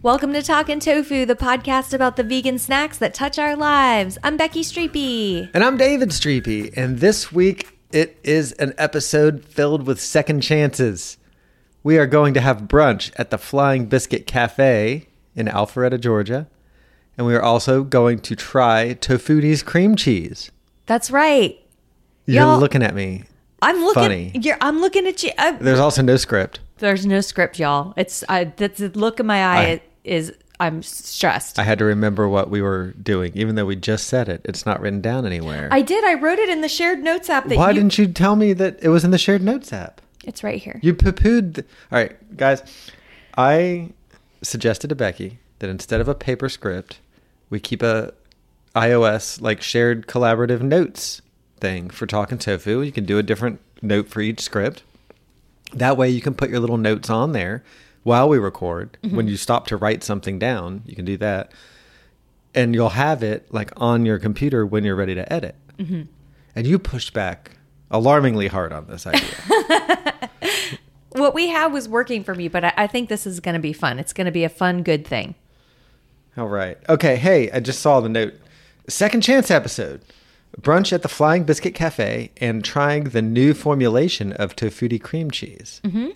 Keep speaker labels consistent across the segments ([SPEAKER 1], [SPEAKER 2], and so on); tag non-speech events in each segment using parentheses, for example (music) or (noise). [SPEAKER 1] Welcome to Talkin' Tofu, the podcast about the vegan snacks that touch our lives. I'm Becky Streepy.
[SPEAKER 2] And I'm David Streepy, and this week it is an episode filled with second chances. We are going to have brunch at the Flying Biscuit Cafe in Alpharetta, Georgia, and we are also going to try Tofuti's cream cheese.
[SPEAKER 1] That's right.
[SPEAKER 2] You're
[SPEAKER 1] Y'all-
[SPEAKER 2] looking at me.
[SPEAKER 1] I'm looking.
[SPEAKER 2] Funny.
[SPEAKER 1] You're, I'm looking at you. Uh, I'm-
[SPEAKER 2] There's also no script.
[SPEAKER 1] there's no script, y'all. It's I, that's the look in my eye
[SPEAKER 2] I-
[SPEAKER 1] is I'm stressed.
[SPEAKER 2] I
[SPEAKER 1] I,
[SPEAKER 2] had to remember what we were doing, even though we just said it. It's not written down anywhere.
[SPEAKER 1] did. I wrote it in the shared notes app. That
[SPEAKER 2] Why
[SPEAKER 1] you,
[SPEAKER 2] didn't you tell me that it was in the shared notes app?
[SPEAKER 1] It's right here.
[SPEAKER 2] You poo pooed. The- All right, guys. I suggested to Becky that instead of a paper script, we keep a iOS like shared collaborative notes thing for talking tofu. You can do a different note for each script. That way, you can put your little notes on there while we record. When you stop to write something down, you can do that, and you'll have it like on your computer when you're ready to edit. And you pushed back alarmingly hard on this idea.
[SPEAKER 1] what we had was working for me, but I, I think this is going to be fun. It's going to be a fun, good thing.
[SPEAKER 2] All right. Okay. Hey, I just saw the note. Second chance episode. Brunch at the Flying Biscuit Cafe and trying the new formulation of tofuti cream cheese. Mm-hmm.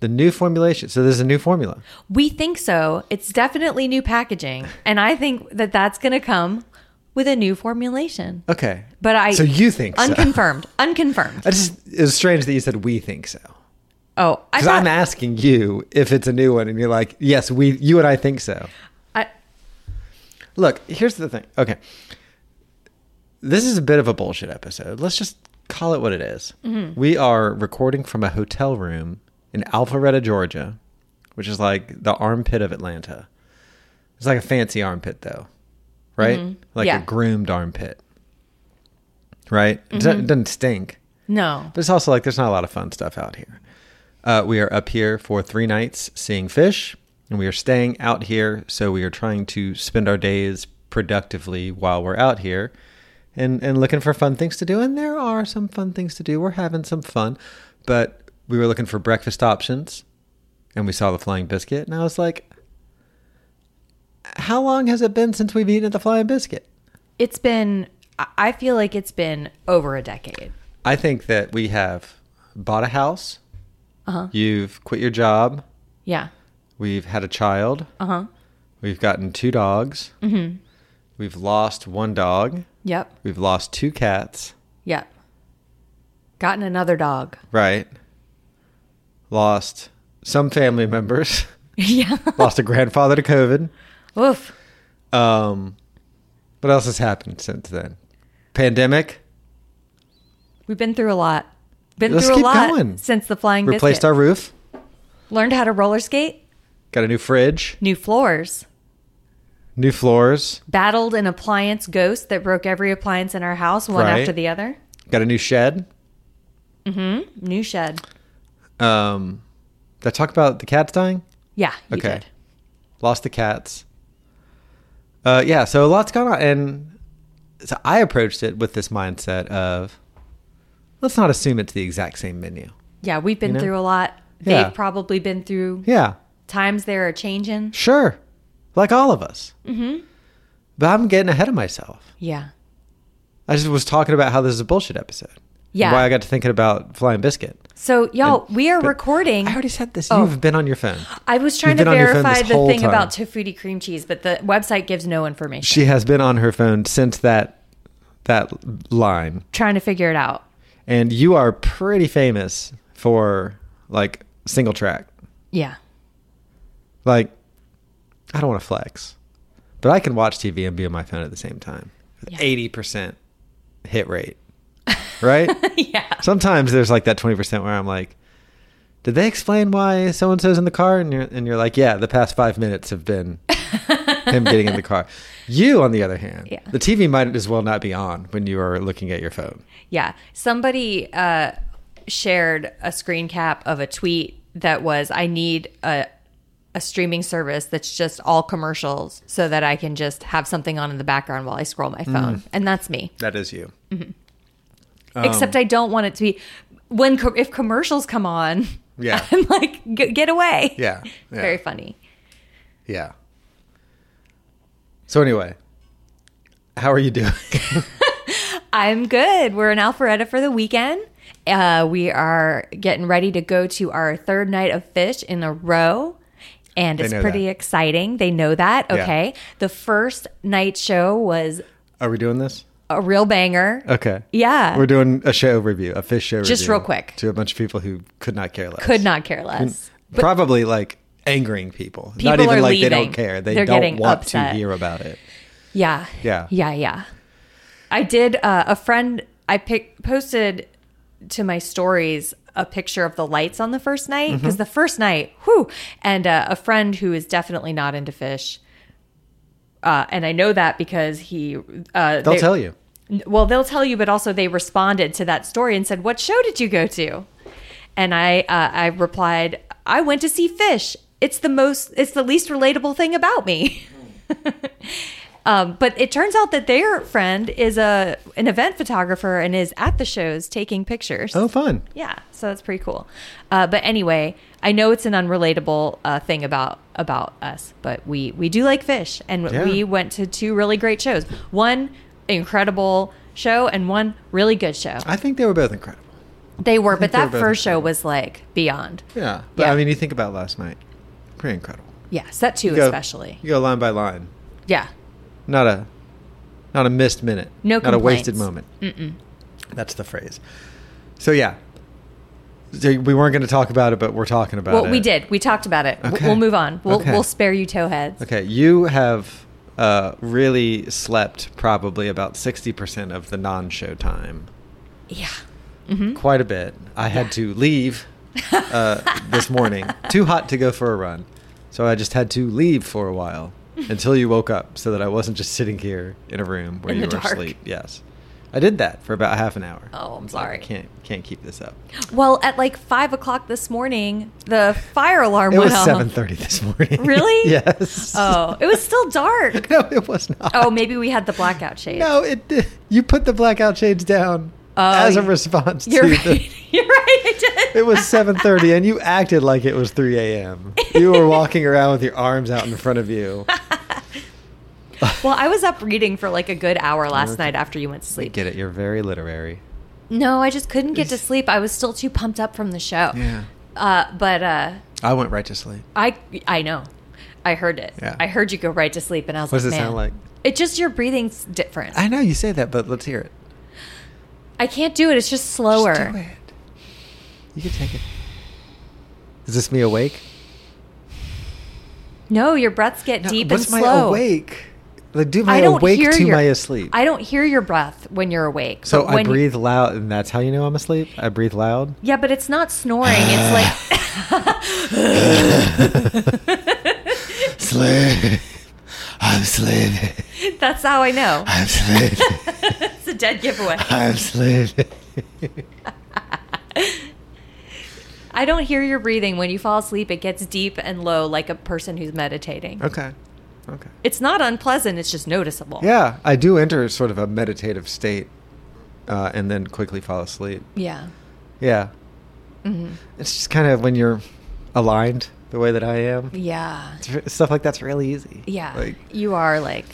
[SPEAKER 2] The new formulation. So there's a new formula.
[SPEAKER 1] We think so. It's definitely new packaging, and I think that that's going to come with a new formulation.
[SPEAKER 2] Okay.
[SPEAKER 1] But I
[SPEAKER 2] So you think so.
[SPEAKER 1] unconfirmed, unconfirmed.
[SPEAKER 2] I just it was strange that you said we think so
[SPEAKER 1] Oh, I
[SPEAKER 2] because
[SPEAKER 1] thought,
[SPEAKER 2] I'm asking you if it's a new one and you're like yes we you and I think so.
[SPEAKER 1] I-
[SPEAKER 2] Look, here's the thing. Okay. This is a bit of a bullshit episode. Let's just call it what it is. We are recording from a hotel room in Alpharetta, Georgia, which is like the armpit of Atlanta. It's like a fancy armpit, though, right? Like
[SPEAKER 1] Yeah.
[SPEAKER 2] a groomed armpit, right? It doesn't- It doesn't stink,
[SPEAKER 1] no.
[SPEAKER 2] but it's also like there's not a lot of fun stuff out here. Uh, we are up here for three nights seeing fish, and we are staying out here. So we are trying to spend our days productively while we're out here, and and looking for fun things to do. And there are some fun things to do. We're having some fun, but we were looking for breakfast options, and we saw the flying biscuit, and I was like, "How long has it been since we've eaten at the flying biscuit?"
[SPEAKER 1] It's been, I- I feel like it's been over a decade.
[SPEAKER 2] I think that we have bought a house. You've quit your job.
[SPEAKER 1] Yeah.
[SPEAKER 2] We've had a child. Uh huh. We've gotten two dogs. Mm-hmm. We've lost one dog.
[SPEAKER 1] Yep.
[SPEAKER 2] We've lost two cats.
[SPEAKER 1] Yep. Gotten another dog.
[SPEAKER 2] Right. Lost some family members.
[SPEAKER 1] (laughs) yeah.
[SPEAKER 2] lost a grandfather to COVID.
[SPEAKER 1] Oof.
[SPEAKER 2] Um, what else has happened since then? Pandemic.
[SPEAKER 1] We've been through a lot. Been
[SPEAKER 2] Let's
[SPEAKER 1] through a
[SPEAKER 2] keep
[SPEAKER 1] lot
[SPEAKER 2] going.
[SPEAKER 1] since the flying
[SPEAKER 2] Replaced
[SPEAKER 1] biscuit.
[SPEAKER 2] our roof.
[SPEAKER 1] Learned how to roller skate,
[SPEAKER 2] Got a new fridge.
[SPEAKER 1] new floors,
[SPEAKER 2] New floors.
[SPEAKER 1] battled an appliance ghost that broke every appliance in our house one
[SPEAKER 2] Right.
[SPEAKER 1] after the other,
[SPEAKER 2] Got a new shed.
[SPEAKER 1] new shed.
[SPEAKER 2] Um, did I talk about the cats dying?
[SPEAKER 1] Yeah. You
[SPEAKER 2] Okay.
[SPEAKER 1] Did.
[SPEAKER 2] Lost the cats. Uh, yeah, so a lot's gone on. And so I approached it with this mindset of let's not assume it's the exact same menu.
[SPEAKER 1] Yeah. We've been
[SPEAKER 2] know?
[SPEAKER 1] through a lot.
[SPEAKER 2] Yeah.
[SPEAKER 1] They've probably been through
[SPEAKER 2] Yeah,
[SPEAKER 1] times there are changing.
[SPEAKER 2] sure. Like all of us. Mm-hmm. But I'm getting ahead of myself.
[SPEAKER 1] Yeah.
[SPEAKER 2] I just was talking about how this is a bullshit episode.
[SPEAKER 1] Yeah.
[SPEAKER 2] Why I got to thinking about Flying Biscuit.
[SPEAKER 1] So y'all,
[SPEAKER 2] And-
[SPEAKER 1] we are
[SPEAKER 2] but
[SPEAKER 1] recording.
[SPEAKER 2] I already said this.
[SPEAKER 1] Oh.
[SPEAKER 2] You've been on your phone.
[SPEAKER 1] I was trying
[SPEAKER 2] You've
[SPEAKER 1] to
[SPEAKER 2] been on your phone
[SPEAKER 1] verify
[SPEAKER 2] this
[SPEAKER 1] the
[SPEAKER 2] whole
[SPEAKER 1] thing
[SPEAKER 2] time.
[SPEAKER 1] about tofutti cream cheese, but the website gives no information.
[SPEAKER 2] She has been on her phone since that that line.
[SPEAKER 1] trying to figure it out.
[SPEAKER 2] And you are pretty famous for like single track.
[SPEAKER 1] Yeah.
[SPEAKER 2] Like I don't want to flex, but I can watch TV and be on my phone at the same time.
[SPEAKER 1] Yeah.
[SPEAKER 2] 80% hit rate. Right?
[SPEAKER 1] (laughs) (laughs) Yeah.
[SPEAKER 2] sometimes there's like that 20% where I'm like, did they explain why so and so's in the car? And you're, and you're like, yeah, the past five minutes
[SPEAKER 1] (laughs)
[SPEAKER 2] have been him getting in the car. You, on the other hand,
[SPEAKER 1] Yeah.
[SPEAKER 2] the TV might as well not be on when you are looking at your phone.
[SPEAKER 1] Yeah. Somebody uh, shared a screen cap of a tweet that was I need a a streaming service that's just all commercials so that I can just have something on in the background while I scroll my phone.
[SPEAKER 2] Mm.
[SPEAKER 1] And that's me.
[SPEAKER 2] That is you.
[SPEAKER 1] Mm. Except
[SPEAKER 2] Um,
[SPEAKER 1] I don't want it to be when co- if commercials come on,
[SPEAKER 2] Yeah.
[SPEAKER 1] (laughs) I'm like "G- get away.
[SPEAKER 2] Yeah. Yeah.
[SPEAKER 1] Very funny.
[SPEAKER 2] Yeah. So, anyway, how are you doing? (laughs)
[SPEAKER 1] I'm good. We're in Alpharetta for the weekend. Uh, we are getting ready to go to our third night of fish in a row. And
[SPEAKER 2] They
[SPEAKER 1] it's
[SPEAKER 2] know
[SPEAKER 1] pretty
[SPEAKER 2] that.
[SPEAKER 1] exciting. They know that.
[SPEAKER 2] Yeah.
[SPEAKER 1] Okay. The first night show was
[SPEAKER 2] are we doing this?
[SPEAKER 1] a real banger.
[SPEAKER 2] Okay.
[SPEAKER 1] Yeah.
[SPEAKER 2] We're doing a show review, a fish show
[SPEAKER 1] Just
[SPEAKER 2] review
[SPEAKER 1] real quick.
[SPEAKER 2] To a bunch of people who could not care less.
[SPEAKER 1] Could not care less.
[SPEAKER 2] probably like angering people. Not
[SPEAKER 1] People
[SPEAKER 2] even
[SPEAKER 1] are
[SPEAKER 2] like they
[SPEAKER 1] leaving.
[SPEAKER 2] don't care. They
[SPEAKER 1] They're
[SPEAKER 2] don't
[SPEAKER 1] getting
[SPEAKER 2] want
[SPEAKER 1] upset.
[SPEAKER 2] to hear about it.
[SPEAKER 1] Yeah.
[SPEAKER 2] Yeah.
[SPEAKER 1] Yeah. Yeah. I did. Uh, a friend I pic- posted to my stories a picture of the lights on the first night
[SPEAKER 2] Mm-hmm.
[SPEAKER 1] because the first night, whew, and uh, a friend who is definitely not into fish. Uh, and I know that because he. Uh,
[SPEAKER 2] They'll
[SPEAKER 1] they-
[SPEAKER 2] tell you.
[SPEAKER 1] Well, they'll tell you, but also they responded to that story and said, "What show did you go to?" And I, uh, I replied, "I went to see Fish. It's the most, it's the least relatable thing about me." (laughs) um, but it turns out that their friend is a an event photographer and is at the shows taking pictures.
[SPEAKER 2] Oh, fun.
[SPEAKER 1] Yeah, so that's pretty cool. Uh, but anyway, I know it's an unrelatable uh, thing about about us, but we we do like fish, and
[SPEAKER 2] Yeah.
[SPEAKER 1] we went to two really great shows. One incredible show and one really good show.
[SPEAKER 2] I think they were both incredible.
[SPEAKER 1] They were, but
[SPEAKER 2] they were
[SPEAKER 1] that
[SPEAKER 2] both
[SPEAKER 1] first show
[SPEAKER 2] incredible.
[SPEAKER 1] was like beyond.
[SPEAKER 2] Yeah. But
[SPEAKER 1] Yeah.
[SPEAKER 2] I mean, you think about last night. Pretty incredible.
[SPEAKER 1] Yeah, set two
[SPEAKER 2] You go-
[SPEAKER 1] especially.
[SPEAKER 2] You go line by line.
[SPEAKER 1] Yeah,
[SPEAKER 2] Not a not a missed minute.
[SPEAKER 1] No
[SPEAKER 2] Not a wasted moment.
[SPEAKER 1] complaints.
[SPEAKER 2] Mm-mm. That's the phrase. So yeah. So we weren't going to talk about it, but we're talking about
[SPEAKER 1] well,
[SPEAKER 2] it.
[SPEAKER 1] we did. We talked about it. W-
[SPEAKER 2] Okay.
[SPEAKER 1] We'll move on. We'll
[SPEAKER 2] Okay.
[SPEAKER 1] we'll spare you towheads.
[SPEAKER 2] Okay, you have uh, really slept probably about 60% of the non show time.
[SPEAKER 1] Yeah. Hmm?
[SPEAKER 2] Quite a bit. I had
[SPEAKER 1] (laughs)
[SPEAKER 2] to leave uh, this morning. Too hot to go for a run. So I just had to leave for a
[SPEAKER 1] (laughs)
[SPEAKER 2] while until you woke up so that I wasn't just sitting here in a room where
[SPEAKER 1] In
[SPEAKER 2] you
[SPEAKER 1] the
[SPEAKER 2] were
[SPEAKER 1] dark.
[SPEAKER 2] asleep. Yes. I did that for about half an hour.
[SPEAKER 1] Oh, I'm
[SPEAKER 2] It's like,
[SPEAKER 1] sorry.
[SPEAKER 2] I can't can't keep this up.
[SPEAKER 1] Well, at like five o'clock this morning, the fire alarm
[SPEAKER 2] It
[SPEAKER 1] went
[SPEAKER 2] was
[SPEAKER 1] off.
[SPEAKER 2] seven thirty this morning.
[SPEAKER 1] uh-huh.
[SPEAKER 2] (laughs)
[SPEAKER 1] Really?
[SPEAKER 2] yes.
[SPEAKER 1] Oh, it was still dark.
[SPEAKER 2] (laughs) no, it was not.
[SPEAKER 1] Oh, maybe we had the blackout shade.
[SPEAKER 2] No, it. You put the blackout shades down
[SPEAKER 1] Oh,
[SPEAKER 2] as a
[SPEAKER 1] you-
[SPEAKER 2] response to (laughs)
[SPEAKER 1] You're right.
[SPEAKER 2] the.
[SPEAKER 1] (laughs) You're right. I did.
[SPEAKER 2] It was
[SPEAKER 1] (laughs)
[SPEAKER 2] seven thirty, and you acted like it was three a.m. You were walking around with your arms out in front of you.
[SPEAKER 1] (laughs) Well, I was up reading for like a good hour last night after you went to sleep.
[SPEAKER 2] Get it? You're very literary.
[SPEAKER 1] No, I just couldn't get to sleep. I was still too pumped up from the show. Uh, but uh,
[SPEAKER 2] I went right to sleep.
[SPEAKER 1] I I know. I heard it.
[SPEAKER 2] Yeah.
[SPEAKER 1] I heard you go right to sleep, and I was
[SPEAKER 2] What
[SPEAKER 1] like,
[SPEAKER 2] does it
[SPEAKER 1] man,
[SPEAKER 2] sound like?
[SPEAKER 1] It just your breathing's different. I,
[SPEAKER 2] I know you say that, but let's hear it.
[SPEAKER 1] can't do it. It's just slower.
[SPEAKER 2] Just do it. You can take it. Is this me awake?
[SPEAKER 1] No, your breaths get
[SPEAKER 2] No,
[SPEAKER 1] deep
[SPEAKER 2] what's
[SPEAKER 1] and
[SPEAKER 2] my
[SPEAKER 1] slow.
[SPEAKER 2] awake? Like, do my
[SPEAKER 1] I don't
[SPEAKER 2] awake
[SPEAKER 1] hear
[SPEAKER 2] to
[SPEAKER 1] your,
[SPEAKER 2] my asleep?
[SPEAKER 1] I don't hear your breath when you're awake.
[SPEAKER 2] so
[SPEAKER 1] but
[SPEAKER 2] I
[SPEAKER 1] when you-
[SPEAKER 2] breathe loud, and that's how you know I'm asleep. I breathe loud.
[SPEAKER 1] Yeah, but it's not snoring. It's
[SPEAKER 2] (laughs)
[SPEAKER 1] like
[SPEAKER 2] (sighs) Sleep. I'm sleeping.
[SPEAKER 1] (laughs) that's how I know.
[SPEAKER 2] I'm sleeping.
[SPEAKER 1] (laughs) It's a dead
[SPEAKER 2] (laughs)
[SPEAKER 1] giveaway.
[SPEAKER 2] I'm sleeping.
[SPEAKER 1] (laughs) I don't hear your breathing when you fall asleep. It gets deep and low, like a person who's meditating.
[SPEAKER 2] Okay. Okay.
[SPEAKER 1] It's not unpleasant. It's just noticeable.
[SPEAKER 2] Yeah, I do enter sort of a meditative state uh, and then quickly fall asleep.
[SPEAKER 1] Yeah. Mm-hmm.
[SPEAKER 2] Yeah. It's just kind of when you're aligned the way that I am.
[SPEAKER 1] Yeah.
[SPEAKER 2] It's re- Stuff like that's really easy.
[SPEAKER 1] Yeah.
[SPEAKER 2] Like,
[SPEAKER 1] you are like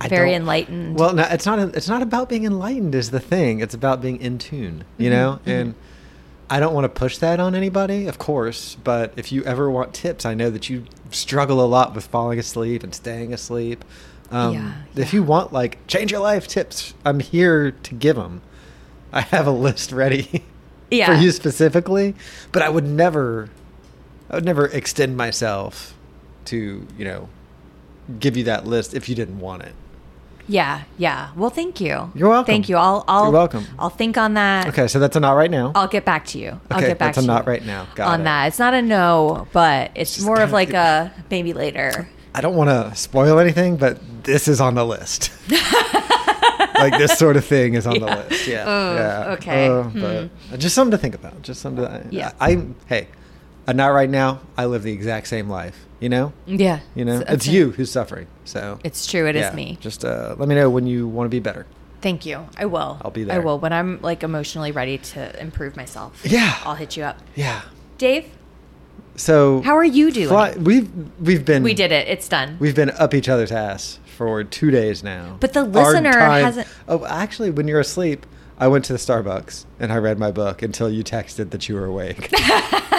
[SPEAKER 2] I
[SPEAKER 1] very
[SPEAKER 2] don't-
[SPEAKER 1] enlightened.
[SPEAKER 2] Well, no, it's not. It's not about being enlightened is the thing. It's about being in tune, you
[SPEAKER 1] Mm-hmm,
[SPEAKER 2] know. And I don't want to push that on anybody, of course. But if you ever want tips, I know that you struggle a lot with falling asleep and staying asleep. Um,
[SPEAKER 1] Yeah,
[SPEAKER 2] If you want like change your life tips, I'm here to give them. I have a list ready (laughs)
[SPEAKER 1] Yeah.
[SPEAKER 2] for you specifically, but I would never, I would never extend myself to you know give you that list if you didn't want it.
[SPEAKER 1] yeah, yeah. Well, thank you.
[SPEAKER 2] You're welcome.
[SPEAKER 1] Thank you. I'll. I'll
[SPEAKER 2] You're welcome.
[SPEAKER 1] I'll think on that.
[SPEAKER 2] Okay, so that's a not right now.
[SPEAKER 1] I'll get back to you. I'll
[SPEAKER 2] Okay,
[SPEAKER 1] get back
[SPEAKER 2] that's a
[SPEAKER 1] to
[SPEAKER 2] not
[SPEAKER 1] you
[SPEAKER 2] right now. Got
[SPEAKER 1] on
[SPEAKER 2] it.
[SPEAKER 1] that. It's not a no, but it's
[SPEAKER 2] Just
[SPEAKER 1] more of
[SPEAKER 2] kinda
[SPEAKER 1] like
[SPEAKER 2] give-
[SPEAKER 1] a maybe later.
[SPEAKER 2] I don't want to spoil anything, but this is on the
[SPEAKER 1] (laughs)
[SPEAKER 2] list. like this sort of thing is on the list. Yeah. yeah.
[SPEAKER 1] Oh, okay. Hmm.
[SPEAKER 2] Uh, but Just something to think about. Just something. To,
[SPEAKER 1] Yeah.
[SPEAKER 2] I, I hey, a not right now. I live the exact same life. You know.
[SPEAKER 1] Yeah.
[SPEAKER 2] You know.
[SPEAKER 1] So-
[SPEAKER 2] it's
[SPEAKER 1] okay.
[SPEAKER 2] you who's suffering. So
[SPEAKER 1] It's true. It is
[SPEAKER 2] yeah,
[SPEAKER 1] me.
[SPEAKER 2] Just uh, let me know when you want to be better.
[SPEAKER 1] Thank you. I will.
[SPEAKER 2] I'll be
[SPEAKER 1] I
[SPEAKER 2] there.
[SPEAKER 1] will when I'm like emotionally ready to improve myself.
[SPEAKER 2] Yeah.
[SPEAKER 1] I'll hit you up.
[SPEAKER 2] Yeah.
[SPEAKER 1] Dave,
[SPEAKER 2] So
[SPEAKER 1] How are you doing?
[SPEAKER 2] Fly, we've we've been
[SPEAKER 1] we did it. It's done.
[SPEAKER 2] We've been up each other's ass for two days now.
[SPEAKER 1] But the
[SPEAKER 2] Our
[SPEAKER 1] listener hasn't-
[SPEAKER 2] Oh, actually, when you're asleep, I went to the Starbucks and I read my book until you texted that you
[SPEAKER 1] (laughs)
[SPEAKER 2] were awake.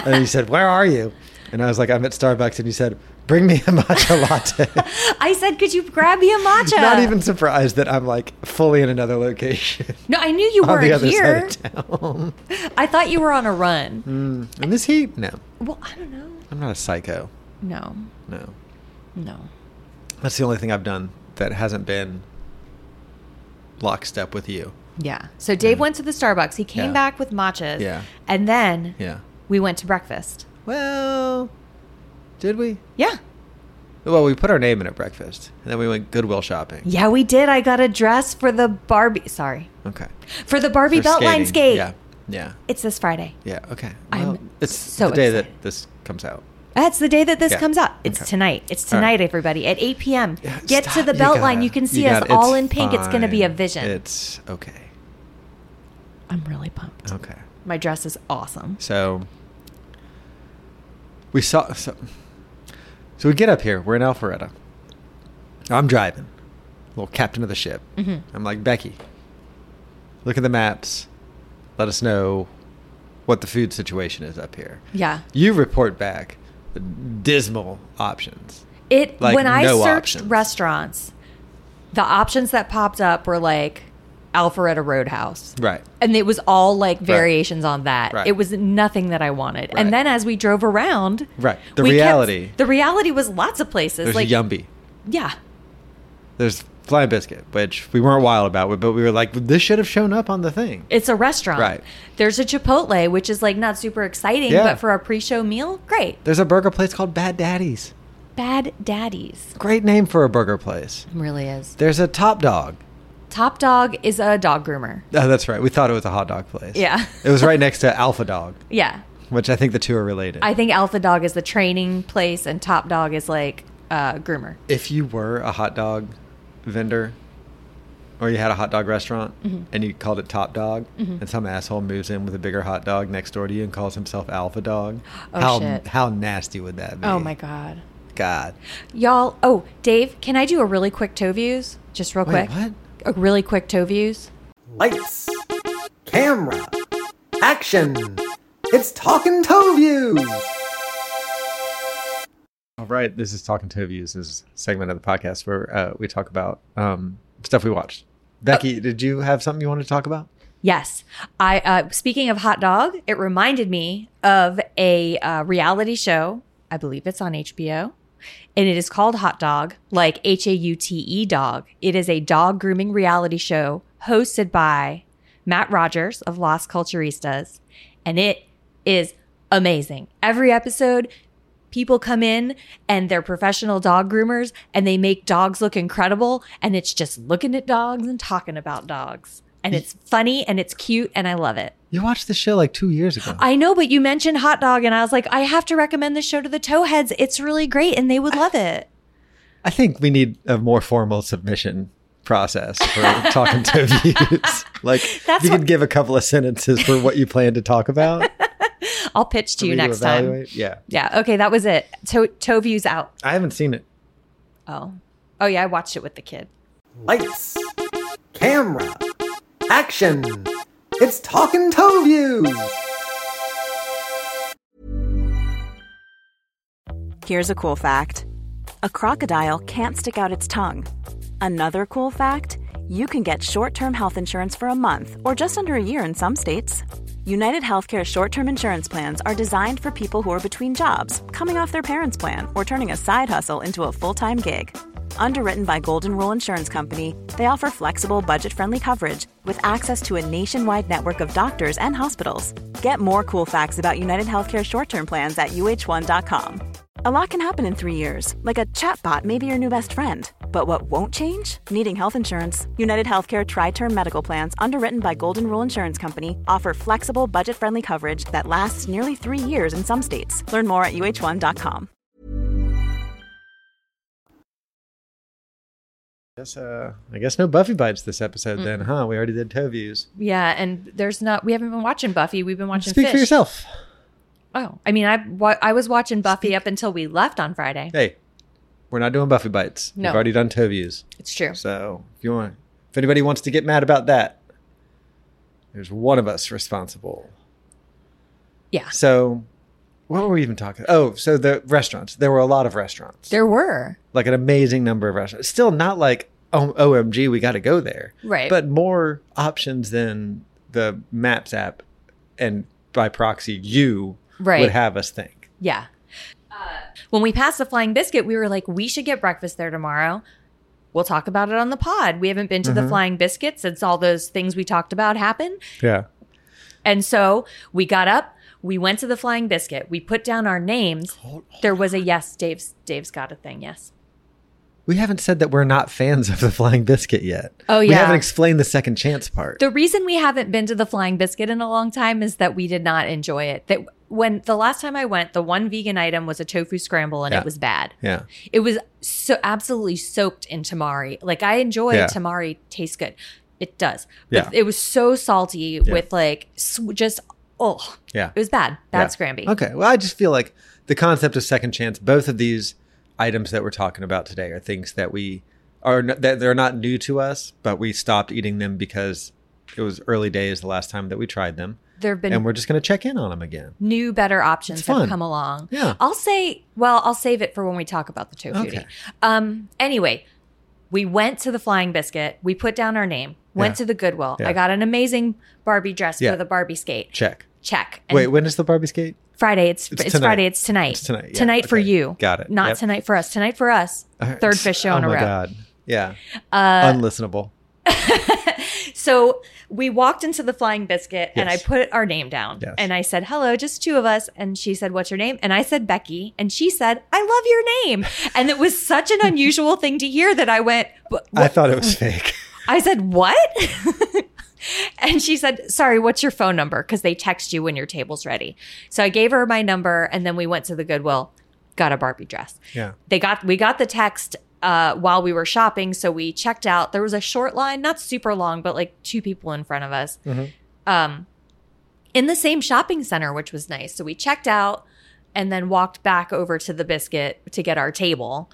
[SPEAKER 2] and you said, Where are you? And I was like, I'm at Starbucks. And you said, Bring me a matcha
[SPEAKER 1] (laughs)
[SPEAKER 2] latte.
[SPEAKER 1] (gasps) I said, could you grab me a matcha?
[SPEAKER 2] Not even surprised that I'm like fully in another location
[SPEAKER 1] No, I knew you
[SPEAKER 2] on the
[SPEAKER 1] weren't
[SPEAKER 2] other
[SPEAKER 1] here.
[SPEAKER 2] side of town. (laughs)
[SPEAKER 1] (laughs)
[SPEAKER 2] Mm.
[SPEAKER 1] I thought you were on a run.
[SPEAKER 2] In this heat? No,
[SPEAKER 1] Well, I don't know.
[SPEAKER 2] I'm not a psycho.
[SPEAKER 1] No,
[SPEAKER 2] No.
[SPEAKER 1] no.
[SPEAKER 2] That's the only thing I've done that hasn't been lockstep with you.
[SPEAKER 1] Yeah. So Dave went to the Starbucks. He came
[SPEAKER 2] Yeah.
[SPEAKER 1] back with matchas.
[SPEAKER 2] Yeah.
[SPEAKER 1] And then
[SPEAKER 2] Yeah.
[SPEAKER 1] we went to breakfast.
[SPEAKER 2] Well, did we?
[SPEAKER 1] Yeah.
[SPEAKER 2] Well, we put our name in at breakfast, and then we went Goodwill shopping.
[SPEAKER 1] Yeah, we did. I got a dress for the Barbie. Sorry.
[SPEAKER 2] Okay.
[SPEAKER 1] For the Barbie
[SPEAKER 2] For skating.
[SPEAKER 1] Beltline skate.
[SPEAKER 2] Yeah. Yeah.
[SPEAKER 1] It's this Friday.
[SPEAKER 2] Yeah. Okay.
[SPEAKER 1] I'm
[SPEAKER 2] Well, it's
[SPEAKER 1] so
[SPEAKER 2] the day
[SPEAKER 1] excited.
[SPEAKER 2] that this comes out.
[SPEAKER 1] That's the day that this
[SPEAKER 2] Yeah.
[SPEAKER 1] comes out. It's
[SPEAKER 2] Okay.
[SPEAKER 1] tonight. It's
[SPEAKER 2] All right.
[SPEAKER 1] tonight, everybody, at 8 p.m.
[SPEAKER 2] Yeah,
[SPEAKER 1] Get to
[SPEAKER 2] stop.
[SPEAKER 1] the Beltline.
[SPEAKER 2] gotta-
[SPEAKER 1] you can see us
[SPEAKER 2] gotta-
[SPEAKER 1] all
[SPEAKER 2] it's
[SPEAKER 1] in pink. It's going to be a
[SPEAKER 2] fine.
[SPEAKER 1] vision.
[SPEAKER 2] It's okay.
[SPEAKER 1] I'm really pumped.
[SPEAKER 2] Okay.
[SPEAKER 1] My dress is awesome.
[SPEAKER 2] So we saw. So, so we get up here. We're in Alpharetta. I'm driving, little captain of the ship.
[SPEAKER 1] Mm-hmm.
[SPEAKER 2] I'm like Becky. Look at the maps. Let us know what the food situation is up here.
[SPEAKER 1] Yeah.
[SPEAKER 2] You report back dismal options.
[SPEAKER 1] It
[SPEAKER 2] Like,
[SPEAKER 1] when I
[SPEAKER 2] no
[SPEAKER 1] searched
[SPEAKER 2] options.
[SPEAKER 1] restaurants, the options that popped up were like Alpharetta Roadhouse.
[SPEAKER 2] Right.
[SPEAKER 1] And it was all like variations on that.
[SPEAKER 2] Right.
[SPEAKER 1] It was nothing that I wanted.
[SPEAKER 2] Right.
[SPEAKER 1] And then as we drove around,
[SPEAKER 2] Right. The
[SPEAKER 1] we kept-
[SPEAKER 2] reality-
[SPEAKER 1] the reality was lots of places.
[SPEAKER 2] There's
[SPEAKER 1] like
[SPEAKER 2] Yumby.
[SPEAKER 1] yeah,
[SPEAKER 2] There's Fly Biscuit, which we weren't wild about, but we were like, this should have shown up on the thing.
[SPEAKER 1] it's a restaurant.
[SPEAKER 2] Right.
[SPEAKER 1] There's a Chipotle, which is like not super exciting,
[SPEAKER 2] Yeah.
[SPEAKER 1] but for our pre-show meal, great.
[SPEAKER 2] There's a burger place called Bad Daddy's.
[SPEAKER 1] Bad Daddies
[SPEAKER 2] Great name for a burger place.
[SPEAKER 1] really is.
[SPEAKER 2] There's a top dog.
[SPEAKER 1] Top Dog is a dog groomer.
[SPEAKER 2] Oh, that's right. We thought it was a hot dog place.
[SPEAKER 1] Yeah.
[SPEAKER 2] it was right next to Alpha Dog,
[SPEAKER 1] Yeah.
[SPEAKER 2] which I think the two are related.
[SPEAKER 1] I think Alpha Dog is the training place, and Top Dog is like uh, groomer.
[SPEAKER 2] if you were a hot dog vendor or you had a hot dog restaurant
[SPEAKER 1] Mm-hmm.
[SPEAKER 2] and you called it Top Dog and some asshole moves in with a bigger hot dog next door to you and calls himself Alpha Dog,
[SPEAKER 1] Oh,
[SPEAKER 2] how
[SPEAKER 1] shit.
[SPEAKER 2] how nasty would that be?
[SPEAKER 1] Oh my god,
[SPEAKER 2] God.
[SPEAKER 1] y'all! Oh, Dave, can I do a really quick toe views? Just real
[SPEAKER 2] Wait,
[SPEAKER 1] quick.
[SPEAKER 2] what?
[SPEAKER 1] A really quick toe views.
[SPEAKER 3] Lights, camera, action. It's Talking Toe View.
[SPEAKER 2] All right, this is Talking to Views. This is a segment of the podcast where uh, we talk about um, stuff we watched. Becky, did you have something you wanted to talk about?
[SPEAKER 1] Yes, I. Uh, speaking of hot dog, it reminded me of a uh, reality show. I believe it's on HBO, and it is called Hot Dog, like H A U T E dog. It is a dog grooming reality show hosted by Matt Rogers of Las Culturistas, and it is amazing. Every episode, people come in and they're professional dog groomers and they make dogs look incredible and it's just looking at dogs and talking about dogs and it's funny and it's cute and i love it
[SPEAKER 2] You watched the show like two years ago.
[SPEAKER 1] i know but you mentioned hot dog and i was like i have to recommend this show to the towheads it's really great and they would
[SPEAKER 2] (laughs)
[SPEAKER 1] love it
[SPEAKER 2] I think we need a more formal submission process (laughs) for talking to views. Like
[SPEAKER 1] That's
[SPEAKER 2] you
[SPEAKER 1] what-
[SPEAKER 2] could give a couple of sentences for what you plan to talk (laughs) about.
[SPEAKER 1] i'll pitch to
[SPEAKER 2] for
[SPEAKER 1] you
[SPEAKER 2] me
[SPEAKER 1] next time
[SPEAKER 2] evaluate. Yeah.
[SPEAKER 1] yeah okay that was it toe, toe views out
[SPEAKER 2] I haven't seen it.
[SPEAKER 1] oh oh yeah i watched it with the kid
[SPEAKER 3] Lights, camera, action. It's Talking Toview!
[SPEAKER 4] Here's a cool fact a crocodile can't stick out its tongue. Another cool fact you can get short term health insurance for a month or just under a year in some states. United Healthcare short term insurance plans are designed for people who are between jobs, coming off their parents' plan, or turning a side hustle into a full time gig. Underwritten by Golden Rule Insurance Company, they offer flexible, budget friendly coverage with access to a nationwide network of doctors and hospitals. Get more cool facts about United Healthcare short term plans at uh1.com. A lot can happen in three years, like a chatbot may be your new best friend. But what won't change? Needing health insurance. United Healthcare Tri Term Medical Plans, underwritten by Golden Rule Insurance Company, offer flexible, budget friendly coverage that lasts nearly three years in some states. Learn more at uh1.com.
[SPEAKER 2] Guess, uh, I guess no Buffy bites this episode then, huh? We already did toe views.
[SPEAKER 1] Yeah, and there's not. We haven't been watching Buffy. We've been watching.
[SPEAKER 2] Speak
[SPEAKER 1] Fish.
[SPEAKER 2] for yourself.
[SPEAKER 1] Oh, I mean, I wa- I was watching Buffy up until we left on Friday.
[SPEAKER 2] Hey, we're not doing Buffy bites.
[SPEAKER 1] No.
[SPEAKER 2] We've already done toe views.
[SPEAKER 1] It's true.
[SPEAKER 2] So if you want, if anybody wants to get mad about that, there's one of us responsible.
[SPEAKER 1] Yeah.
[SPEAKER 2] So what were we even talking? Oh, so the restaurants. There were a lot of restaurants.
[SPEAKER 1] There were.
[SPEAKER 2] like an amazing number of restaurants. Still not like oh, OMG, we got to go there.
[SPEAKER 1] Right.
[SPEAKER 2] But more options than the Maps app, and by proxy, you
[SPEAKER 1] Right.
[SPEAKER 2] would have us think.
[SPEAKER 1] Yeah. Uh, when we passed the Flying Biscuit, we were like, we should get breakfast there tomorrow. We'll talk about it on the pod. We haven't been to the Flying Biscuit since all those things we talked about happened.
[SPEAKER 2] Yeah.
[SPEAKER 1] And so we got up, we went to the Flying Biscuit, we put down our names. there was a yes, Dave's Dave's got a thing, yes.
[SPEAKER 2] We haven't said that we're not fans of the Flying Biscuit yet.
[SPEAKER 1] Oh,
[SPEAKER 2] We
[SPEAKER 1] yeah.
[SPEAKER 2] haven't explained the second chance part.
[SPEAKER 1] The reason we haven't been to the Flying Biscuit in a long time is that we did not enjoy it. That when the last time I went, the one vegan item was a tofu scramble and
[SPEAKER 2] Yeah.
[SPEAKER 1] it was bad.
[SPEAKER 2] yeah.
[SPEAKER 1] It was so absolutely soaked in tamari. Like I enjoy
[SPEAKER 2] Yeah.
[SPEAKER 1] tamari tastes good. It does.
[SPEAKER 2] Yeah.
[SPEAKER 1] But it was so salty with like sw- just oh.
[SPEAKER 2] Yeah.
[SPEAKER 1] It was bad. Bad
[SPEAKER 2] Yeah.
[SPEAKER 1] scramby.
[SPEAKER 2] Okay. Well, I just feel like the concept of second chance, both of these items that we're talking about today are things that we are n- that they're not new to us, but we stopped eating them because it was early days the last time that we tried them.
[SPEAKER 1] There've been
[SPEAKER 2] and we're just going to check in on them again.
[SPEAKER 1] new better options
[SPEAKER 2] It's fun.
[SPEAKER 1] have come along.
[SPEAKER 2] Yeah.
[SPEAKER 1] I'll say well, I'll save it for when we talk about the tofu.
[SPEAKER 2] Okay.
[SPEAKER 1] Um anyway, we went to the Flying Biscuit. We put down our name. Went
[SPEAKER 2] Yeah.
[SPEAKER 1] to the Goodwill.
[SPEAKER 2] Yeah.
[SPEAKER 1] I got an amazing Barbie dress
[SPEAKER 2] Yeah.
[SPEAKER 1] for the Barbie skate.
[SPEAKER 2] Check.
[SPEAKER 1] Check. And
[SPEAKER 2] Wait, when is the Barbie skate?
[SPEAKER 1] Friday. It's
[SPEAKER 2] It's
[SPEAKER 1] it's,
[SPEAKER 2] tonight.
[SPEAKER 1] Friday. It's tonight.
[SPEAKER 2] It's tonight, yeah,
[SPEAKER 1] for
[SPEAKER 2] okay.
[SPEAKER 1] you.
[SPEAKER 2] Got it.
[SPEAKER 1] Not
[SPEAKER 2] Yep.
[SPEAKER 1] tonight for us. Tonight for us. Third fish show
[SPEAKER 2] oh
[SPEAKER 1] in a
[SPEAKER 2] my
[SPEAKER 1] row. Uh,
[SPEAKER 2] god. Yeah. Unlistenable.
[SPEAKER 1] So we walked into the Flying Biscuit, and I
[SPEAKER 2] Yes.
[SPEAKER 1] put our name down,
[SPEAKER 2] Yes.
[SPEAKER 1] and I said hello, just two of us. And she said, "What's your name?" And I said, "Becky." And she said, "I love your name."
[SPEAKER 2] (laughs)
[SPEAKER 1] And it was such an unusual thing to hear that I went. "Wh-
[SPEAKER 2] I thought
[SPEAKER 1] (laughs)
[SPEAKER 2] it was fake.
[SPEAKER 1] I said, What? (laughs) and she said, Sorry, what's your phone number? Because they text you when your table's ready. So I gave her my number and then we went to the Goodwill, got a Barbie dress.
[SPEAKER 2] Yeah.
[SPEAKER 1] They got we got the text uh, while we were shopping, so we checked out. There was a short line, not super long, but like two people in front of us. Um in the same shopping center, which was nice. So we checked out and then walked back over to the biscuit to get our table.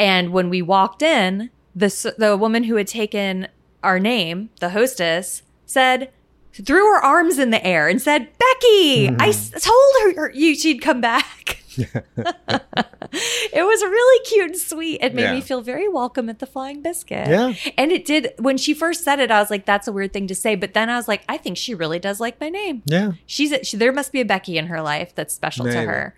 [SPEAKER 1] And when we walked in, the s- the woman who had taken our name, the hostess, said threw her arms in the air and said, "Becky,
[SPEAKER 2] Hmm.
[SPEAKER 1] I s- told her you she'd come back." (laughs) it was really cute and sweet. It made
[SPEAKER 2] Yeah.
[SPEAKER 1] me feel very welcome at the Flying Biscuit.
[SPEAKER 2] Yeah.
[SPEAKER 1] And it did when she first said it, I was like, that's a weird thing to say. But then I was like, I think she really does like my name.
[SPEAKER 2] Yeah.
[SPEAKER 1] She's a, she, there must be a Becky in her life that's special to
[SPEAKER 2] Maybe.
[SPEAKER 1] her.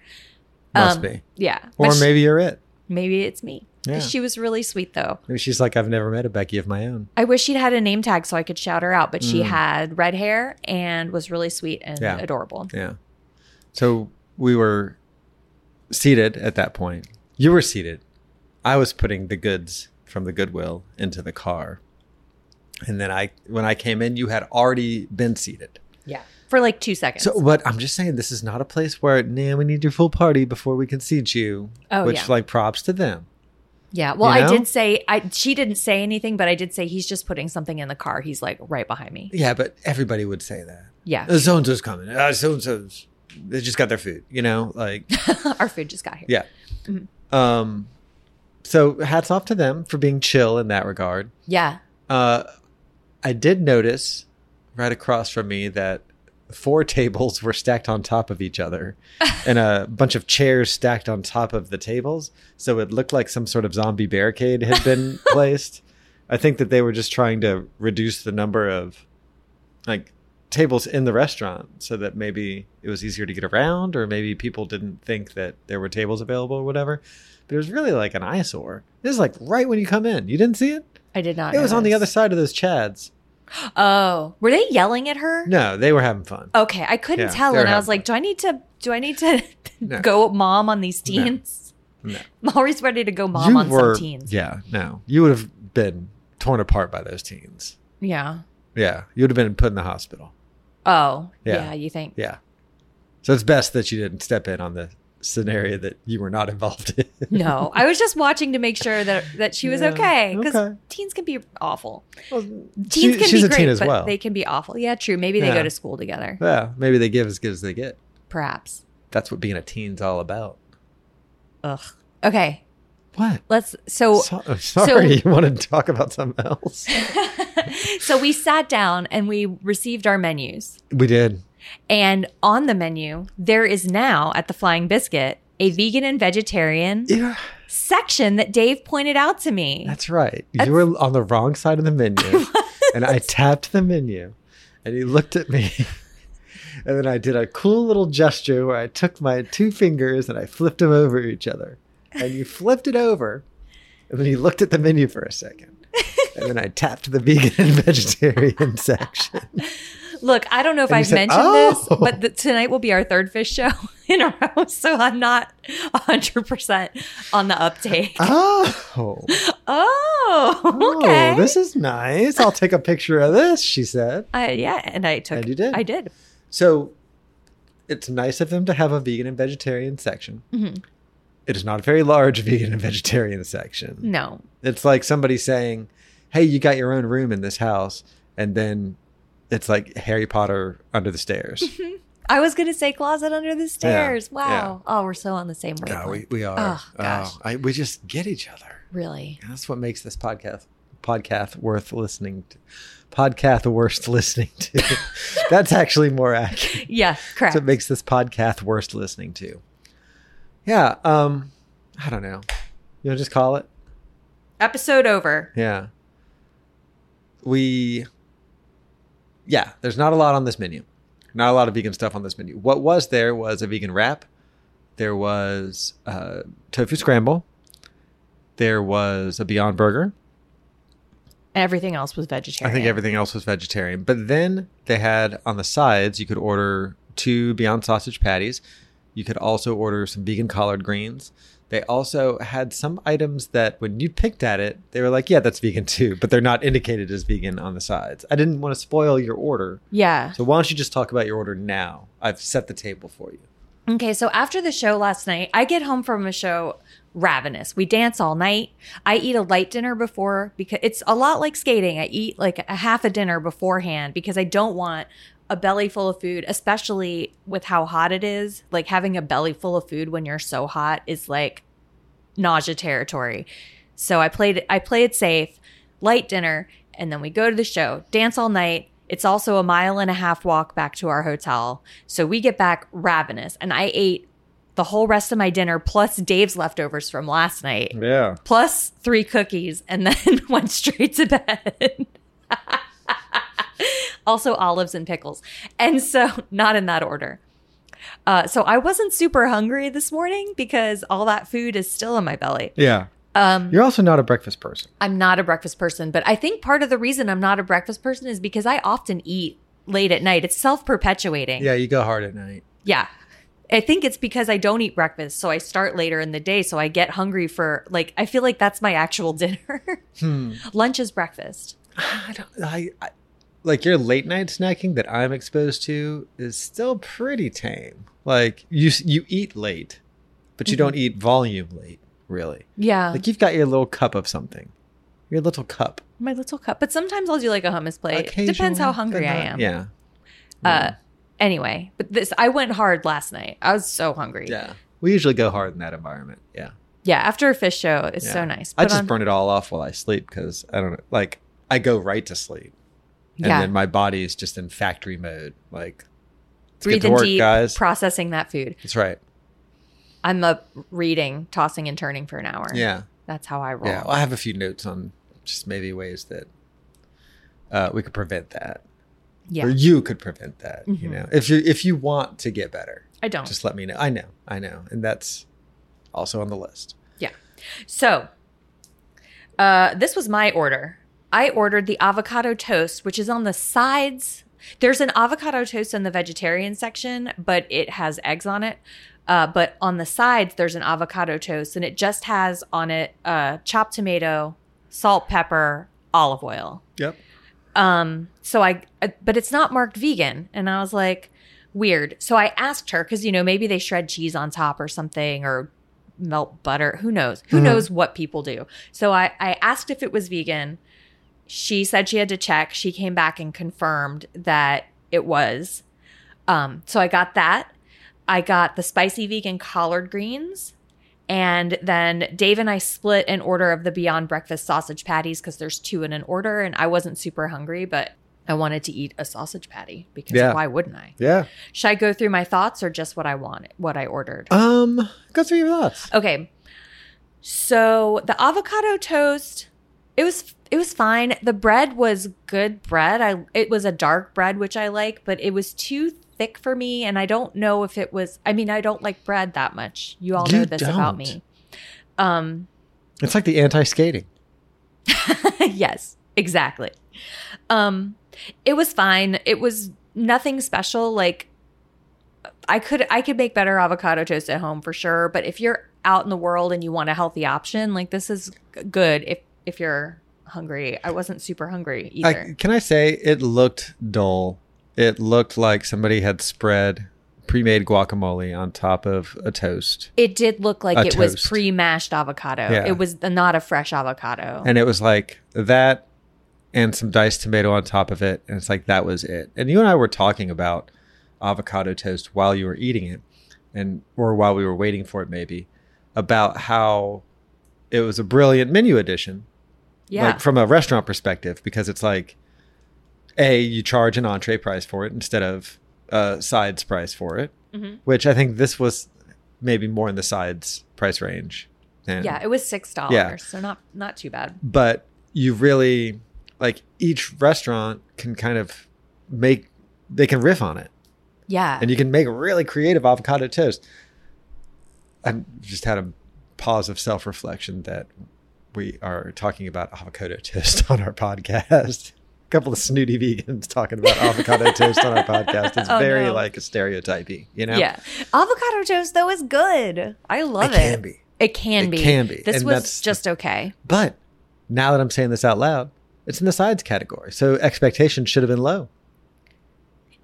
[SPEAKER 2] Must be.
[SPEAKER 1] Yeah.
[SPEAKER 2] Or
[SPEAKER 1] Um, But she-
[SPEAKER 2] maybe you're it.
[SPEAKER 1] maybe it's me.
[SPEAKER 2] Yeah.
[SPEAKER 1] She was really sweet though.
[SPEAKER 2] Maybe she's like, I've never met a Becky of my own.
[SPEAKER 1] I wish she'd had a name tag so I could shout her out, but she had red hair and was really sweet and
[SPEAKER 2] Mm. Yeah.
[SPEAKER 1] adorable.
[SPEAKER 2] Yeah. So we were seated at that point. You were seated. I was putting the goods from the Goodwill into the car. And then I when I came in, you had already been seated.
[SPEAKER 1] Yeah. For like two seconds.
[SPEAKER 2] So but I'm just saying this is not a place where nah, we need your full party before we can seat you.
[SPEAKER 1] Oh,
[SPEAKER 2] which
[SPEAKER 1] yeah.
[SPEAKER 2] like props to them.
[SPEAKER 1] yeah. Well,
[SPEAKER 2] You know?
[SPEAKER 1] I did say I she didn't say anything, but I did say he's just putting something in the car. He's like right behind me.
[SPEAKER 2] Yeah, but everybody would say that.
[SPEAKER 1] Yeah. (laughs)
[SPEAKER 2] Uh, so and so's coming. Uh, so and so's they just got their food, you know? Like
[SPEAKER 1] Our food just got here.
[SPEAKER 2] Yeah. Um, So hats off to them for being chill in that regard.
[SPEAKER 1] Yeah.
[SPEAKER 2] Uh, I did notice right across from me that four (laughs) tables were stacked on top of each other and a bunch of chairs stacked on top of the tables. So it looked like some sort of zombie barricade had been placed. I think that they were just trying to reduce the number of like tables in the restaurant so that maybe it was easier to get around or maybe people didn't think that there were tables available or whatever. But it was really like an eyesore. This is like right when you come in. You didn't see it?
[SPEAKER 1] I did not.
[SPEAKER 2] It was on the
[SPEAKER 1] notice.
[SPEAKER 2] other side of those Chads.
[SPEAKER 1] Oh, were they yelling at her?
[SPEAKER 2] No, they were having fun.
[SPEAKER 1] Okay, I couldn't
[SPEAKER 2] Yeah,
[SPEAKER 1] tell,
[SPEAKER 2] they were
[SPEAKER 1] and I was
[SPEAKER 2] having
[SPEAKER 1] like, "Do I need to? Do I need to (laughs)
[SPEAKER 2] No.
[SPEAKER 1] go mom on these teens?"
[SPEAKER 2] No.
[SPEAKER 1] (laughs) I'm always ready to go mom on some teens.
[SPEAKER 2] Yeah, no. You would have been torn apart by those teens.
[SPEAKER 1] Yeah.
[SPEAKER 2] Yeah. You would have been put in the hospital.
[SPEAKER 1] Oh,
[SPEAKER 2] Yeah.
[SPEAKER 1] yeah. You think?
[SPEAKER 2] Yeah. So it's best that you didn't step in on the scenario that you were not involved
[SPEAKER 1] (laughs)
[SPEAKER 2] in.
[SPEAKER 1] No, I was just watching to make sure that that she was
[SPEAKER 2] Yeah,
[SPEAKER 1] okay because
[SPEAKER 2] okay.
[SPEAKER 1] teens can be awful.
[SPEAKER 2] Well,
[SPEAKER 1] Teens
[SPEAKER 2] she-
[SPEAKER 1] can
[SPEAKER 2] she's
[SPEAKER 1] be
[SPEAKER 2] a
[SPEAKER 1] great,
[SPEAKER 2] teen as
[SPEAKER 1] but
[SPEAKER 2] well.
[SPEAKER 1] they can be awful. Yeah, true. Maybe they
[SPEAKER 2] Yeah.
[SPEAKER 1] go to school together,
[SPEAKER 2] yeah, maybe they give as good as they get.
[SPEAKER 1] perhaps.
[SPEAKER 2] That's what being a teen's all about.
[SPEAKER 1] Ugh. Okay,
[SPEAKER 2] What?
[SPEAKER 1] let's. So,
[SPEAKER 2] So- (laughs) sorry, you want to talk about
[SPEAKER 1] (laughs)
[SPEAKER 2] something else?
[SPEAKER 1] so we sat down and we received our menus.
[SPEAKER 2] we did.
[SPEAKER 1] And on the menu, there is now at the Flying Biscuit a vegan and vegetarian
[SPEAKER 2] Yeah,
[SPEAKER 1] section that Dave pointed out to me.
[SPEAKER 2] that's right. you were on the wrong side of the (laughs) menu, and I tapped the menu, and he looked at me, (laughs) and then I did a cool little gesture where I took my two fingers and I flipped them over each other, and you flipped it over, and then you looked at the menu for a second. and then I tapped the vegan and vegetarian (laughs) section.
[SPEAKER 1] Look, I don't know if
[SPEAKER 2] And you
[SPEAKER 1] I've
[SPEAKER 2] said,
[SPEAKER 1] mentioned
[SPEAKER 2] "Oh."
[SPEAKER 1] this, (laughs) but th- tonight will be our third fish show (laughs) in a row, so I'm not 100% on the
[SPEAKER 2] (laughs)
[SPEAKER 1] uptake.
[SPEAKER 2] Oh,
[SPEAKER 1] Oh,
[SPEAKER 2] oh,
[SPEAKER 1] okay.
[SPEAKER 2] this is nice. I'll take a picture of this, she said.
[SPEAKER 1] I, yeah, and I took
[SPEAKER 2] And you did.
[SPEAKER 1] I did.
[SPEAKER 2] So it's nice of them to have a vegan and vegetarian section.
[SPEAKER 1] Mm-hmm.
[SPEAKER 2] It is not a very large (laughs) vegan and vegetarian section.
[SPEAKER 1] No.
[SPEAKER 2] It's like somebody saying, hey, you got your own room in this house. And then it's like Harry Potter under the stairs.
[SPEAKER 1] (laughs) I was going to say closet under the stairs. Wow. Oh, we're so on the same wavelength.
[SPEAKER 2] Yeah, we, we are.
[SPEAKER 1] Oh, gosh.
[SPEAKER 2] I, we just get each other.
[SPEAKER 1] really.
[SPEAKER 2] And that's what makes this podcast podcast worth listening to. Podcast worth listening to. (laughs) that's actually more accurate.
[SPEAKER 1] Yeah, correct.
[SPEAKER 2] That's what makes this podcast worth listening to. Yeah. Um, I don't know. You know, just call it.
[SPEAKER 1] Episode over.
[SPEAKER 2] Yeah. We. Yeah, there's not a lot on this menu. Not a lot of vegan stuff on this menu. What was there was a vegan wrap. There was uh, tofu scramble. There was a Beyond Burger.
[SPEAKER 1] Everything else was
[SPEAKER 2] I
[SPEAKER 1] vegetarian.
[SPEAKER 2] think everything else was vegetarian. But then they had on the sides, you could order two Beyond Sausage patties. You could also order some vegan collard greens. They also had some items that when you picked at it, they were like, yeah, that's vegan too, but they're not indicated as vegan on the sides. I didn't want to spoil your order.
[SPEAKER 1] Yeah.
[SPEAKER 2] So why don't you just talk about your order now? I've set the table for you.
[SPEAKER 1] Okay, so after the show last night, I get home from a show ravenous. We dance all night. I eat a light dinner before because it's a lot like skating. I eat like a half a dinner beforehand because I don't want a belly full of food, especially with how hot it is. Like having a belly full of food when you're so hot is like nausea territory. So I played I play it safe, light dinner, and then we go to the show, dance all night. It's also a mile and a half walk back to our hotel. So we get back ravenous and I ate the whole rest of my dinner plus Dave's leftovers from last night.
[SPEAKER 2] Yeah.
[SPEAKER 1] Plus three cookies and then (laughs) went straight to bed. (laughs) also olives and pickles. And so (laughs) not in that order. Uh, so I wasn't super hungry this morning because all that food is still in my belly.
[SPEAKER 2] Yeah. Um, You're also not a breakfast person.
[SPEAKER 1] I'm not a breakfast person, but I think part of the reason I'm not a breakfast person is because I often eat late at night. It's self perpetuating.
[SPEAKER 2] Yeah, you go hard at night.
[SPEAKER 1] Yeah. I think it's because I don't eat breakfast. So I start later in the day. So I get hungry for, like, I feel like that's my actual (laughs) dinner.
[SPEAKER 2] Hmm.
[SPEAKER 1] Lunch is breakfast.
[SPEAKER 2] I don't. I, I like your late night snacking that I'm exposed to is still pretty tame. Like you s- you eat late, but you
[SPEAKER 1] Mm-hmm.
[SPEAKER 2] don't eat volume late. Really,
[SPEAKER 1] Yeah.
[SPEAKER 2] like you've got your little cup of something, your little cup.
[SPEAKER 1] my little cup. But sometimes I'll do like a hummus plate. Depends how
[SPEAKER 2] occasionally,
[SPEAKER 1] hungry
[SPEAKER 2] but
[SPEAKER 1] I
[SPEAKER 2] not-
[SPEAKER 1] am.
[SPEAKER 2] Yeah,
[SPEAKER 1] Uh, anyway, but this, I went hard last night. I was so hungry.
[SPEAKER 2] yeah. We usually go hard in that environment. Yeah,
[SPEAKER 1] Yeah, after a fish show, it's so
[SPEAKER 2] Yeah.
[SPEAKER 1] nice.
[SPEAKER 2] I
[SPEAKER 1] Put
[SPEAKER 2] just
[SPEAKER 1] on-
[SPEAKER 2] burn it all off while I sleep because I don't know. Like I go right to sleep, and
[SPEAKER 1] Yeah.
[SPEAKER 2] then my body is just in factory mode. Like let's get to
[SPEAKER 1] breathing
[SPEAKER 2] work,
[SPEAKER 1] deep,
[SPEAKER 2] guys.
[SPEAKER 1] processing that food.
[SPEAKER 2] That's right.
[SPEAKER 1] I'm up reading, tossing and turning for an hour.
[SPEAKER 2] Yeah,
[SPEAKER 1] That's how I roll.
[SPEAKER 2] yeah. Well, I have a few notes on just maybe ways that uh, we could prevent that,
[SPEAKER 1] Yeah. Mm-hmm.
[SPEAKER 2] or you could prevent that. You know, if you if you want to get better,
[SPEAKER 1] I don't.
[SPEAKER 2] just let me know. I know, I know, and that's also on the list.
[SPEAKER 1] Yeah. So, uh, this was my order. I ordered the avocado toast, which is on the sides. There's an avocado toast in the vegetarian section, but it has eggs on it. Uh, but on the sides, there's an avocado toast, and it just has on it uh, chopped tomato, salt, pepper, olive oil.
[SPEAKER 2] Yep.
[SPEAKER 1] Um, so I, uh, but it's not marked vegan. And I was like, weird. So I asked her, cause you know, maybe they shred cheese on top or something or melt butter. Who knows? Who knows what people do? So I, I asked if it was vegan. She said she had to check. She came back and confirmed that it was. Um, so I got that. I got the spicy vegan collard greens. And then Dave and I split an order of the Beyond Breakfast sausage patties because there's two in an order. And I wasn't super hungry, but I wanted to eat a sausage patty because
[SPEAKER 2] Yeah.
[SPEAKER 1] why wouldn't I?
[SPEAKER 2] Yeah.
[SPEAKER 1] Should I go through my thoughts or just what I wanted, what I ordered?
[SPEAKER 2] Um. Go through your thoughts.
[SPEAKER 1] Okay. So the avocado toast, it was it was fine. The bread was good bread. I it was a dark bread which I like, but it was too thick for me and I don't know if it was I mean, I don't like bread that much. You all
[SPEAKER 2] You
[SPEAKER 1] know this about
[SPEAKER 2] don't.
[SPEAKER 1] me. Um
[SPEAKER 2] It's like the anti-skating.
[SPEAKER 1] (laughs) yes, exactly. Um it was fine. It was nothing special like I could I could make better avocado toast at home for sure, but if you're out in the world and you want a healthy option, like this is g- good if if you're hungry. I wasn't super hungry
[SPEAKER 2] I,
[SPEAKER 1] either.
[SPEAKER 2] can I say it looked dull? It looked like somebody had spread pre-made guacamole on top of a toast,
[SPEAKER 1] it did look like
[SPEAKER 2] A
[SPEAKER 1] it was
[SPEAKER 2] toast.
[SPEAKER 1] pre-mashed avocado.
[SPEAKER 2] Yeah.
[SPEAKER 1] It was the- not a fresh avocado.
[SPEAKER 2] and it was like that, and some diced tomato on top of it, and it's like that was it. And you and I were talking about avocado toast while you were eating it, and or while we were waiting for it, maybe about how it was a brilliant menu addition,
[SPEAKER 1] yeah.
[SPEAKER 2] like from a restaurant perspective because it's like a you charge an entree price for it instead of a sides price for it
[SPEAKER 1] Mm-hmm.
[SPEAKER 2] which i think this was maybe more in the sides price range than,
[SPEAKER 1] yeah, it was six dollars,
[SPEAKER 2] Yeah.
[SPEAKER 1] so not not too bad.
[SPEAKER 2] but you really like each restaurant can kind of make they can riff on it
[SPEAKER 1] Yeah,
[SPEAKER 2] and you can make a really creative avocado toast i just had a pause of self-reflection that we are talking about avocado toast (laughs) on our podcast. A couple of snooty vegans
[SPEAKER 1] (laughs)
[SPEAKER 2] talking about avocado toast on our podcast. It's
[SPEAKER 1] Oh,
[SPEAKER 2] very
[SPEAKER 1] no.
[SPEAKER 2] like a stereotypy, you know?
[SPEAKER 1] yeah. Avocado toast though is good. I love it.
[SPEAKER 2] It can be.
[SPEAKER 1] It can
[SPEAKER 2] It
[SPEAKER 1] be.
[SPEAKER 2] can be.
[SPEAKER 1] This
[SPEAKER 2] And
[SPEAKER 1] was
[SPEAKER 2] that's-
[SPEAKER 1] just okay.
[SPEAKER 2] But now that I'm saying this out loud, it's in the sides category. So expectations should have been low.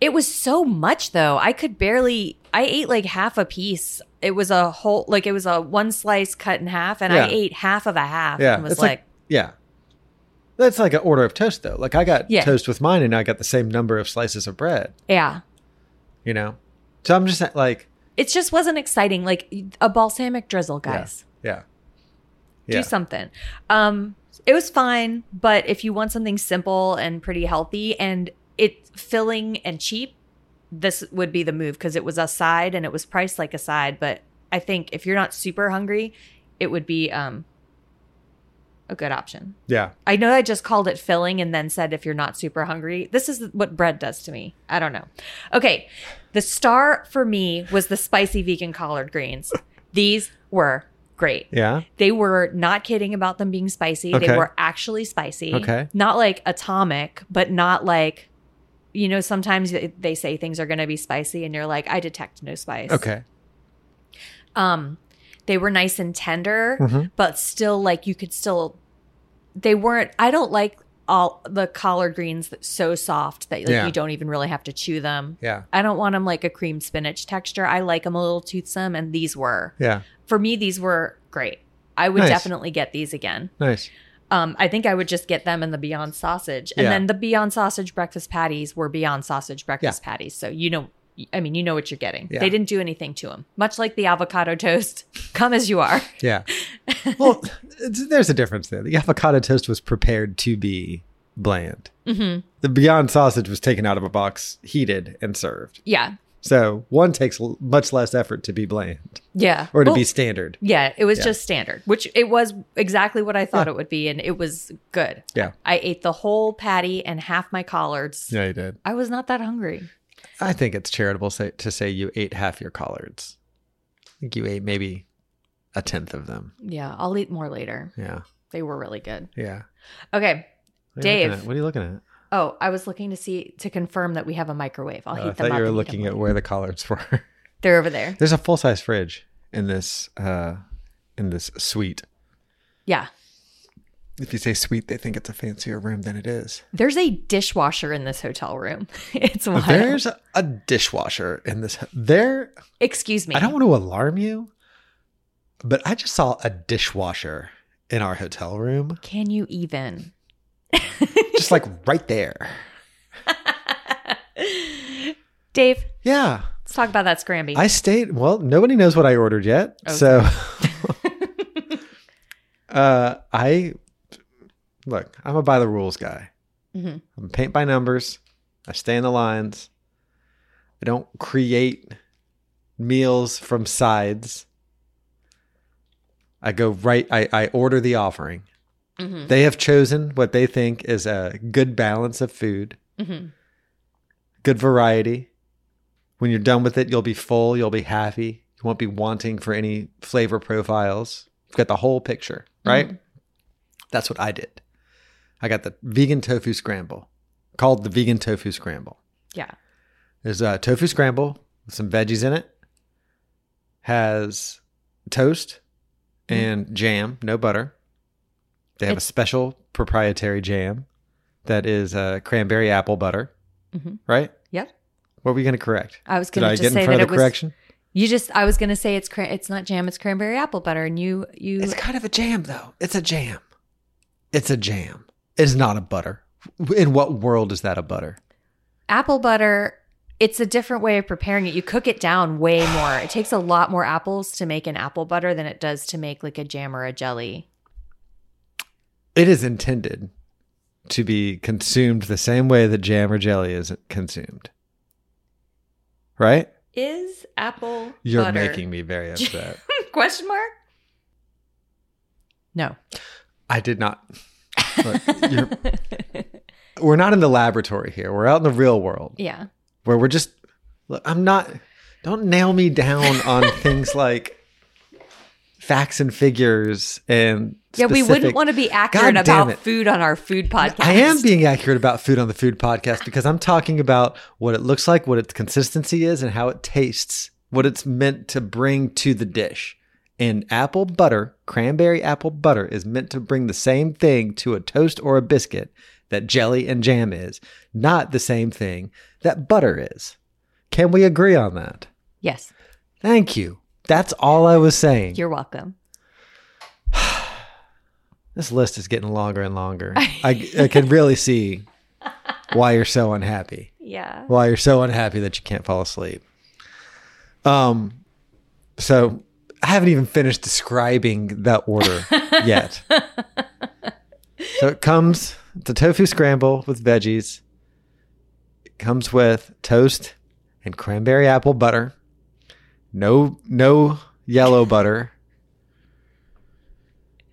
[SPEAKER 1] It was so much though. I could barely I ate like half a piece. It was a whole like it was a one slice cut in half and I
[SPEAKER 2] Yeah.
[SPEAKER 1] ate half of a half
[SPEAKER 2] Yeah.
[SPEAKER 1] and was
[SPEAKER 2] it's
[SPEAKER 1] like,
[SPEAKER 2] yeah. That's like an order of toast though. Like I got
[SPEAKER 1] Yeah.
[SPEAKER 2] toast with mine and I got the same number of slices of bread,
[SPEAKER 1] yeah.
[SPEAKER 2] you know? So I'm just like,
[SPEAKER 1] It just wasn't exciting like a balsamic drizzle,
[SPEAKER 2] yeah,
[SPEAKER 1] guys.
[SPEAKER 2] yeah. Yeah.
[SPEAKER 1] Do something. Um it was fine, but if you want something simple and pretty healthy and it filling and cheap, this would be the move because it was a side and it was priced like a side, but I think if you're not super hungry, it would be um a good option.
[SPEAKER 2] Yeah.
[SPEAKER 1] I know I just called it filling and then said if you're not super hungry. This is what bread does to me. I don't know. Okay. The star for me was the spicy vegan collard greens. These were great.
[SPEAKER 2] Yeah.
[SPEAKER 1] They were not kidding about them being spicy. They
[SPEAKER 2] Okay.
[SPEAKER 1] were actually spicy.
[SPEAKER 2] Okay.
[SPEAKER 1] Not like atomic, but not like you know sometimes they- they say things are going to be spicy and you're like I detect no spice.
[SPEAKER 2] Okay.
[SPEAKER 1] Um, they were nice and tender,
[SPEAKER 2] Mm-hmm.
[SPEAKER 1] but still like you could still. They weren't. I don't like all the collard greens that's so soft that like,
[SPEAKER 2] Yeah.
[SPEAKER 1] you don't even really have to chew them.
[SPEAKER 2] Yeah.
[SPEAKER 1] I don't want them like a cream spinach texture. I like them a little toothsome, and these were
[SPEAKER 2] Yeah.
[SPEAKER 1] for me. These were great. I would
[SPEAKER 2] Nice.
[SPEAKER 1] definitely get these again.
[SPEAKER 2] Nice.
[SPEAKER 1] Um, I think I would just get them in the Beyond Sausage, and
[SPEAKER 2] Yeah.
[SPEAKER 1] then the Beyond Sausage breakfast patties were Beyond Sausage breakfast patties. So you know I mean, you know what you're getting.
[SPEAKER 2] Yeah.
[SPEAKER 1] They didn't do anything to them. Much like the avocado toast, (laughs) come as you are. (laughs)
[SPEAKER 2] Yeah. Well, it's- there's a difference there. The avocado toast was prepared to be bland.
[SPEAKER 1] Mm-hmm.
[SPEAKER 2] The Beyond sausage was taken out of a box, heated, and served.
[SPEAKER 1] Yeah.
[SPEAKER 2] So one takes l- much less effort to be bland
[SPEAKER 1] Yeah.
[SPEAKER 2] or to
[SPEAKER 1] Well,
[SPEAKER 2] be standard.
[SPEAKER 1] Yeah, it was
[SPEAKER 2] Yeah.
[SPEAKER 1] just standard, which it was exactly what I thought it would be, and it was good.
[SPEAKER 2] Yeah.
[SPEAKER 1] I ate the whole patty and half my collards.
[SPEAKER 2] Yeah, you did.
[SPEAKER 1] I was not that hungry.
[SPEAKER 2] I think it's charitable say, to say you ate half your collards. I think you ate maybe a tenth of them.
[SPEAKER 1] Yeah, I'll eat more later.
[SPEAKER 2] Yeah.
[SPEAKER 1] They were really good.
[SPEAKER 2] Yeah.
[SPEAKER 1] Okay.
[SPEAKER 2] What are you looking
[SPEAKER 1] Dave.
[SPEAKER 2] at? What are you looking at?
[SPEAKER 1] Oh, I was looking to see to confirm that we have a microwave. I'll
[SPEAKER 2] Oh,
[SPEAKER 1] heat
[SPEAKER 2] I
[SPEAKER 1] them
[SPEAKER 2] thought
[SPEAKER 1] up.
[SPEAKER 2] you were
[SPEAKER 1] and eat
[SPEAKER 2] looking
[SPEAKER 1] them.
[SPEAKER 2] at where the collards (laughs) were.
[SPEAKER 1] They're over
[SPEAKER 2] (laughs)
[SPEAKER 1] there.
[SPEAKER 2] There's a full size fridge in this uh, in this suite.
[SPEAKER 1] Yeah.
[SPEAKER 2] If you say suite, they think it's a fancier room than
[SPEAKER 1] (laughs)
[SPEAKER 2] it is.
[SPEAKER 1] There's a dishwasher in this hotel room. (laughs) it's wild.
[SPEAKER 2] There's a dishwasher in this. There,
[SPEAKER 1] Excuse me.
[SPEAKER 2] I don't want to alarm you, but I just saw a dishwasher in our hotel room,
[SPEAKER 1] Can you even? (laughs)
[SPEAKER 2] just like (laughs) right there.
[SPEAKER 1] Dave,
[SPEAKER 2] Yeah,
[SPEAKER 1] let's talk about that scramby. (laughs)
[SPEAKER 2] I stayed. Well, nobody knows what I ordered yet,
[SPEAKER 1] Oh,
[SPEAKER 2] so (laughs) uh, I look. I'm a by the rules guy.
[SPEAKER 1] Mhm.
[SPEAKER 2] I'm paint by numbers. I stay in the lines. I don't create meals from sides. I go right. I, I order the offering.
[SPEAKER 1] Mhm.
[SPEAKER 2] They have chosen what they think is a good balance of food,
[SPEAKER 1] Mhm.
[SPEAKER 2] good variety. When you're done with it, you'll be full, you'll be happy. You won't be wanting for any flavor profiles. You've got the whole picture, right? That's what I did. I got the vegan tofu scramble, called the vegan tofu scramble.
[SPEAKER 1] Yeah.
[SPEAKER 2] There's a tofu scramble with some veggies in it. Has toast and jam, no butter. They have
[SPEAKER 1] It's-
[SPEAKER 2] a special proprietary jam that is uh, cranberry apple butter,
[SPEAKER 1] Mhm.
[SPEAKER 2] right?
[SPEAKER 1] Yep.
[SPEAKER 2] What were you going to correct?
[SPEAKER 1] I was
[SPEAKER 2] Did
[SPEAKER 1] going
[SPEAKER 2] I
[SPEAKER 1] to just
[SPEAKER 2] get in
[SPEAKER 1] say
[SPEAKER 2] front
[SPEAKER 1] that it
[SPEAKER 2] of the
[SPEAKER 1] was.
[SPEAKER 2] correction?
[SPEAKER 1] You just. I was going to say it's cran. it's not jam. It's cranberry apple butter, and you you.
[SPEAKER 2] It's kind of a jam, though. It's a jam. It's a jam. It's not a butter. In what world is that a butter?
[SPEAKER 1] apple butter it's a different way of preparing it you cook it down way more it takes a lot more apples to make an apple butter than it does to make like a jam or a jelly
[SPEAKER 2] It is intended to be consumed the same way that jam or jelly is consumed. Right?
[SPEAKER 1] is apple
[SPEAKER 2] You're
[SPEAKER 1] butter-
[SPEAKER 2] making me very upset.
[SPEAKER 1] (laughs) question mark no
[SPEAKER 2] I did not. Look,
[SPEAKER 1] (laughs)
[SPEAKER 2] you're- we're not in the laboratory here. We're out in the real world
[SPEAKER 1] yeah
[SPEAKER 2] where we're just. Look, I'm not. Don't nail me down
[SPEAKER 1] (laughs)
[SPEAKER 2] on things like facts and figures and.
[SPEAKER 1] yeah we wouldn't
[SPEAKER 2] specific-
[SPEAKER 1] want to be accurate
[SPEAKER 2] God damn
[SPEAKER 1] about
[SPEAKER 2] it.
[SPEAKER 1] food on our food podcast
[SPEAKER 2] I am being accurate about food on the food podcast because I'm talking about what it looks like, what its consistency is, and how it tastes, what it's meant to bring to the dish. And apple butter, cranberry apple butter, is meant to bring the same thing to a toast or a biscuit that jelly and jam is, not the same thing that butter is. Can we agree on that?
[SPEAKER 1] yes
[SPEAKER 2] Thank you. That's all I was saying.
[SPEAKER 1] you're welcome
[SPEAKER 2] This list is getting longer and longer. I, I can really see why you're so unhappy.
[SPEAKER 1] yeah
[SPEAKER 2] why you're so unhappy that you can't fall asleep. Um, so I haven't even finished describing that order yet. so it comes it's a tofu scramble with veggies. It comes with toast and cranberry apple butter. No, no yellow butter.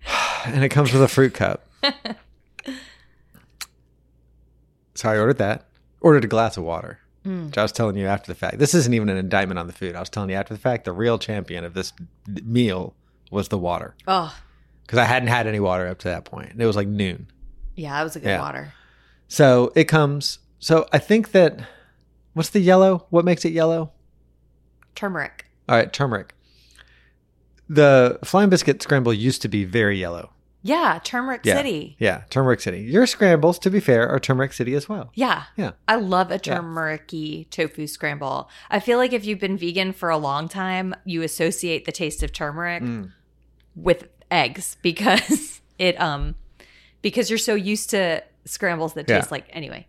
[SPEAKER 2] (sighs) And it comes with a fruit cup. So I ordered that. Ordered a glass of water. Which I was telling you after the fact. This isn't even an indictment on the food. I was telling you after the fact, the real champion of this d- meal was the water.
[SPEAKER 1] oh
[SPEAKER 2] Because I hadn't had any water up to that point. And it was like noon.
[SPEAKER 1] yeah that was a good
[SPEAKER 2] Yeah.
[SPEAKER 1] water
[SPEAKER 2] So it comes. So I think that what's the yellow? What makes it yellow?
[SPEAKER 1] turmeric
[SPEAKER 2] All right, turmeric. The flying biscuit scramble used to be very yellow.
[SPEAKER 1] yeah turmeric
[SPEAKER 2] Yeah.
[SPEAKER 1] city
[SPEAKER 2] Yeah, turmeric city. Your scrambles, to be fair, are turmeric city as well.
[SPEAKER 1] Yeah.
[SPEAKER 2] Yeah.
[SPEAKER 1] I love a
[SPEAKER 2] Yeah.
[SPEAKER 1] turmericy tofu scramble. I feel like if you've been vegan for a long time, you associate the taste of turmeric
[SPEAKER 2] Mm.
[SPEAKER 1] with eggs (laughs) because it um because you're so used to scrambles that
[SPEAKER 2] Yeah.
[SPEAKER 1] taste like anyway.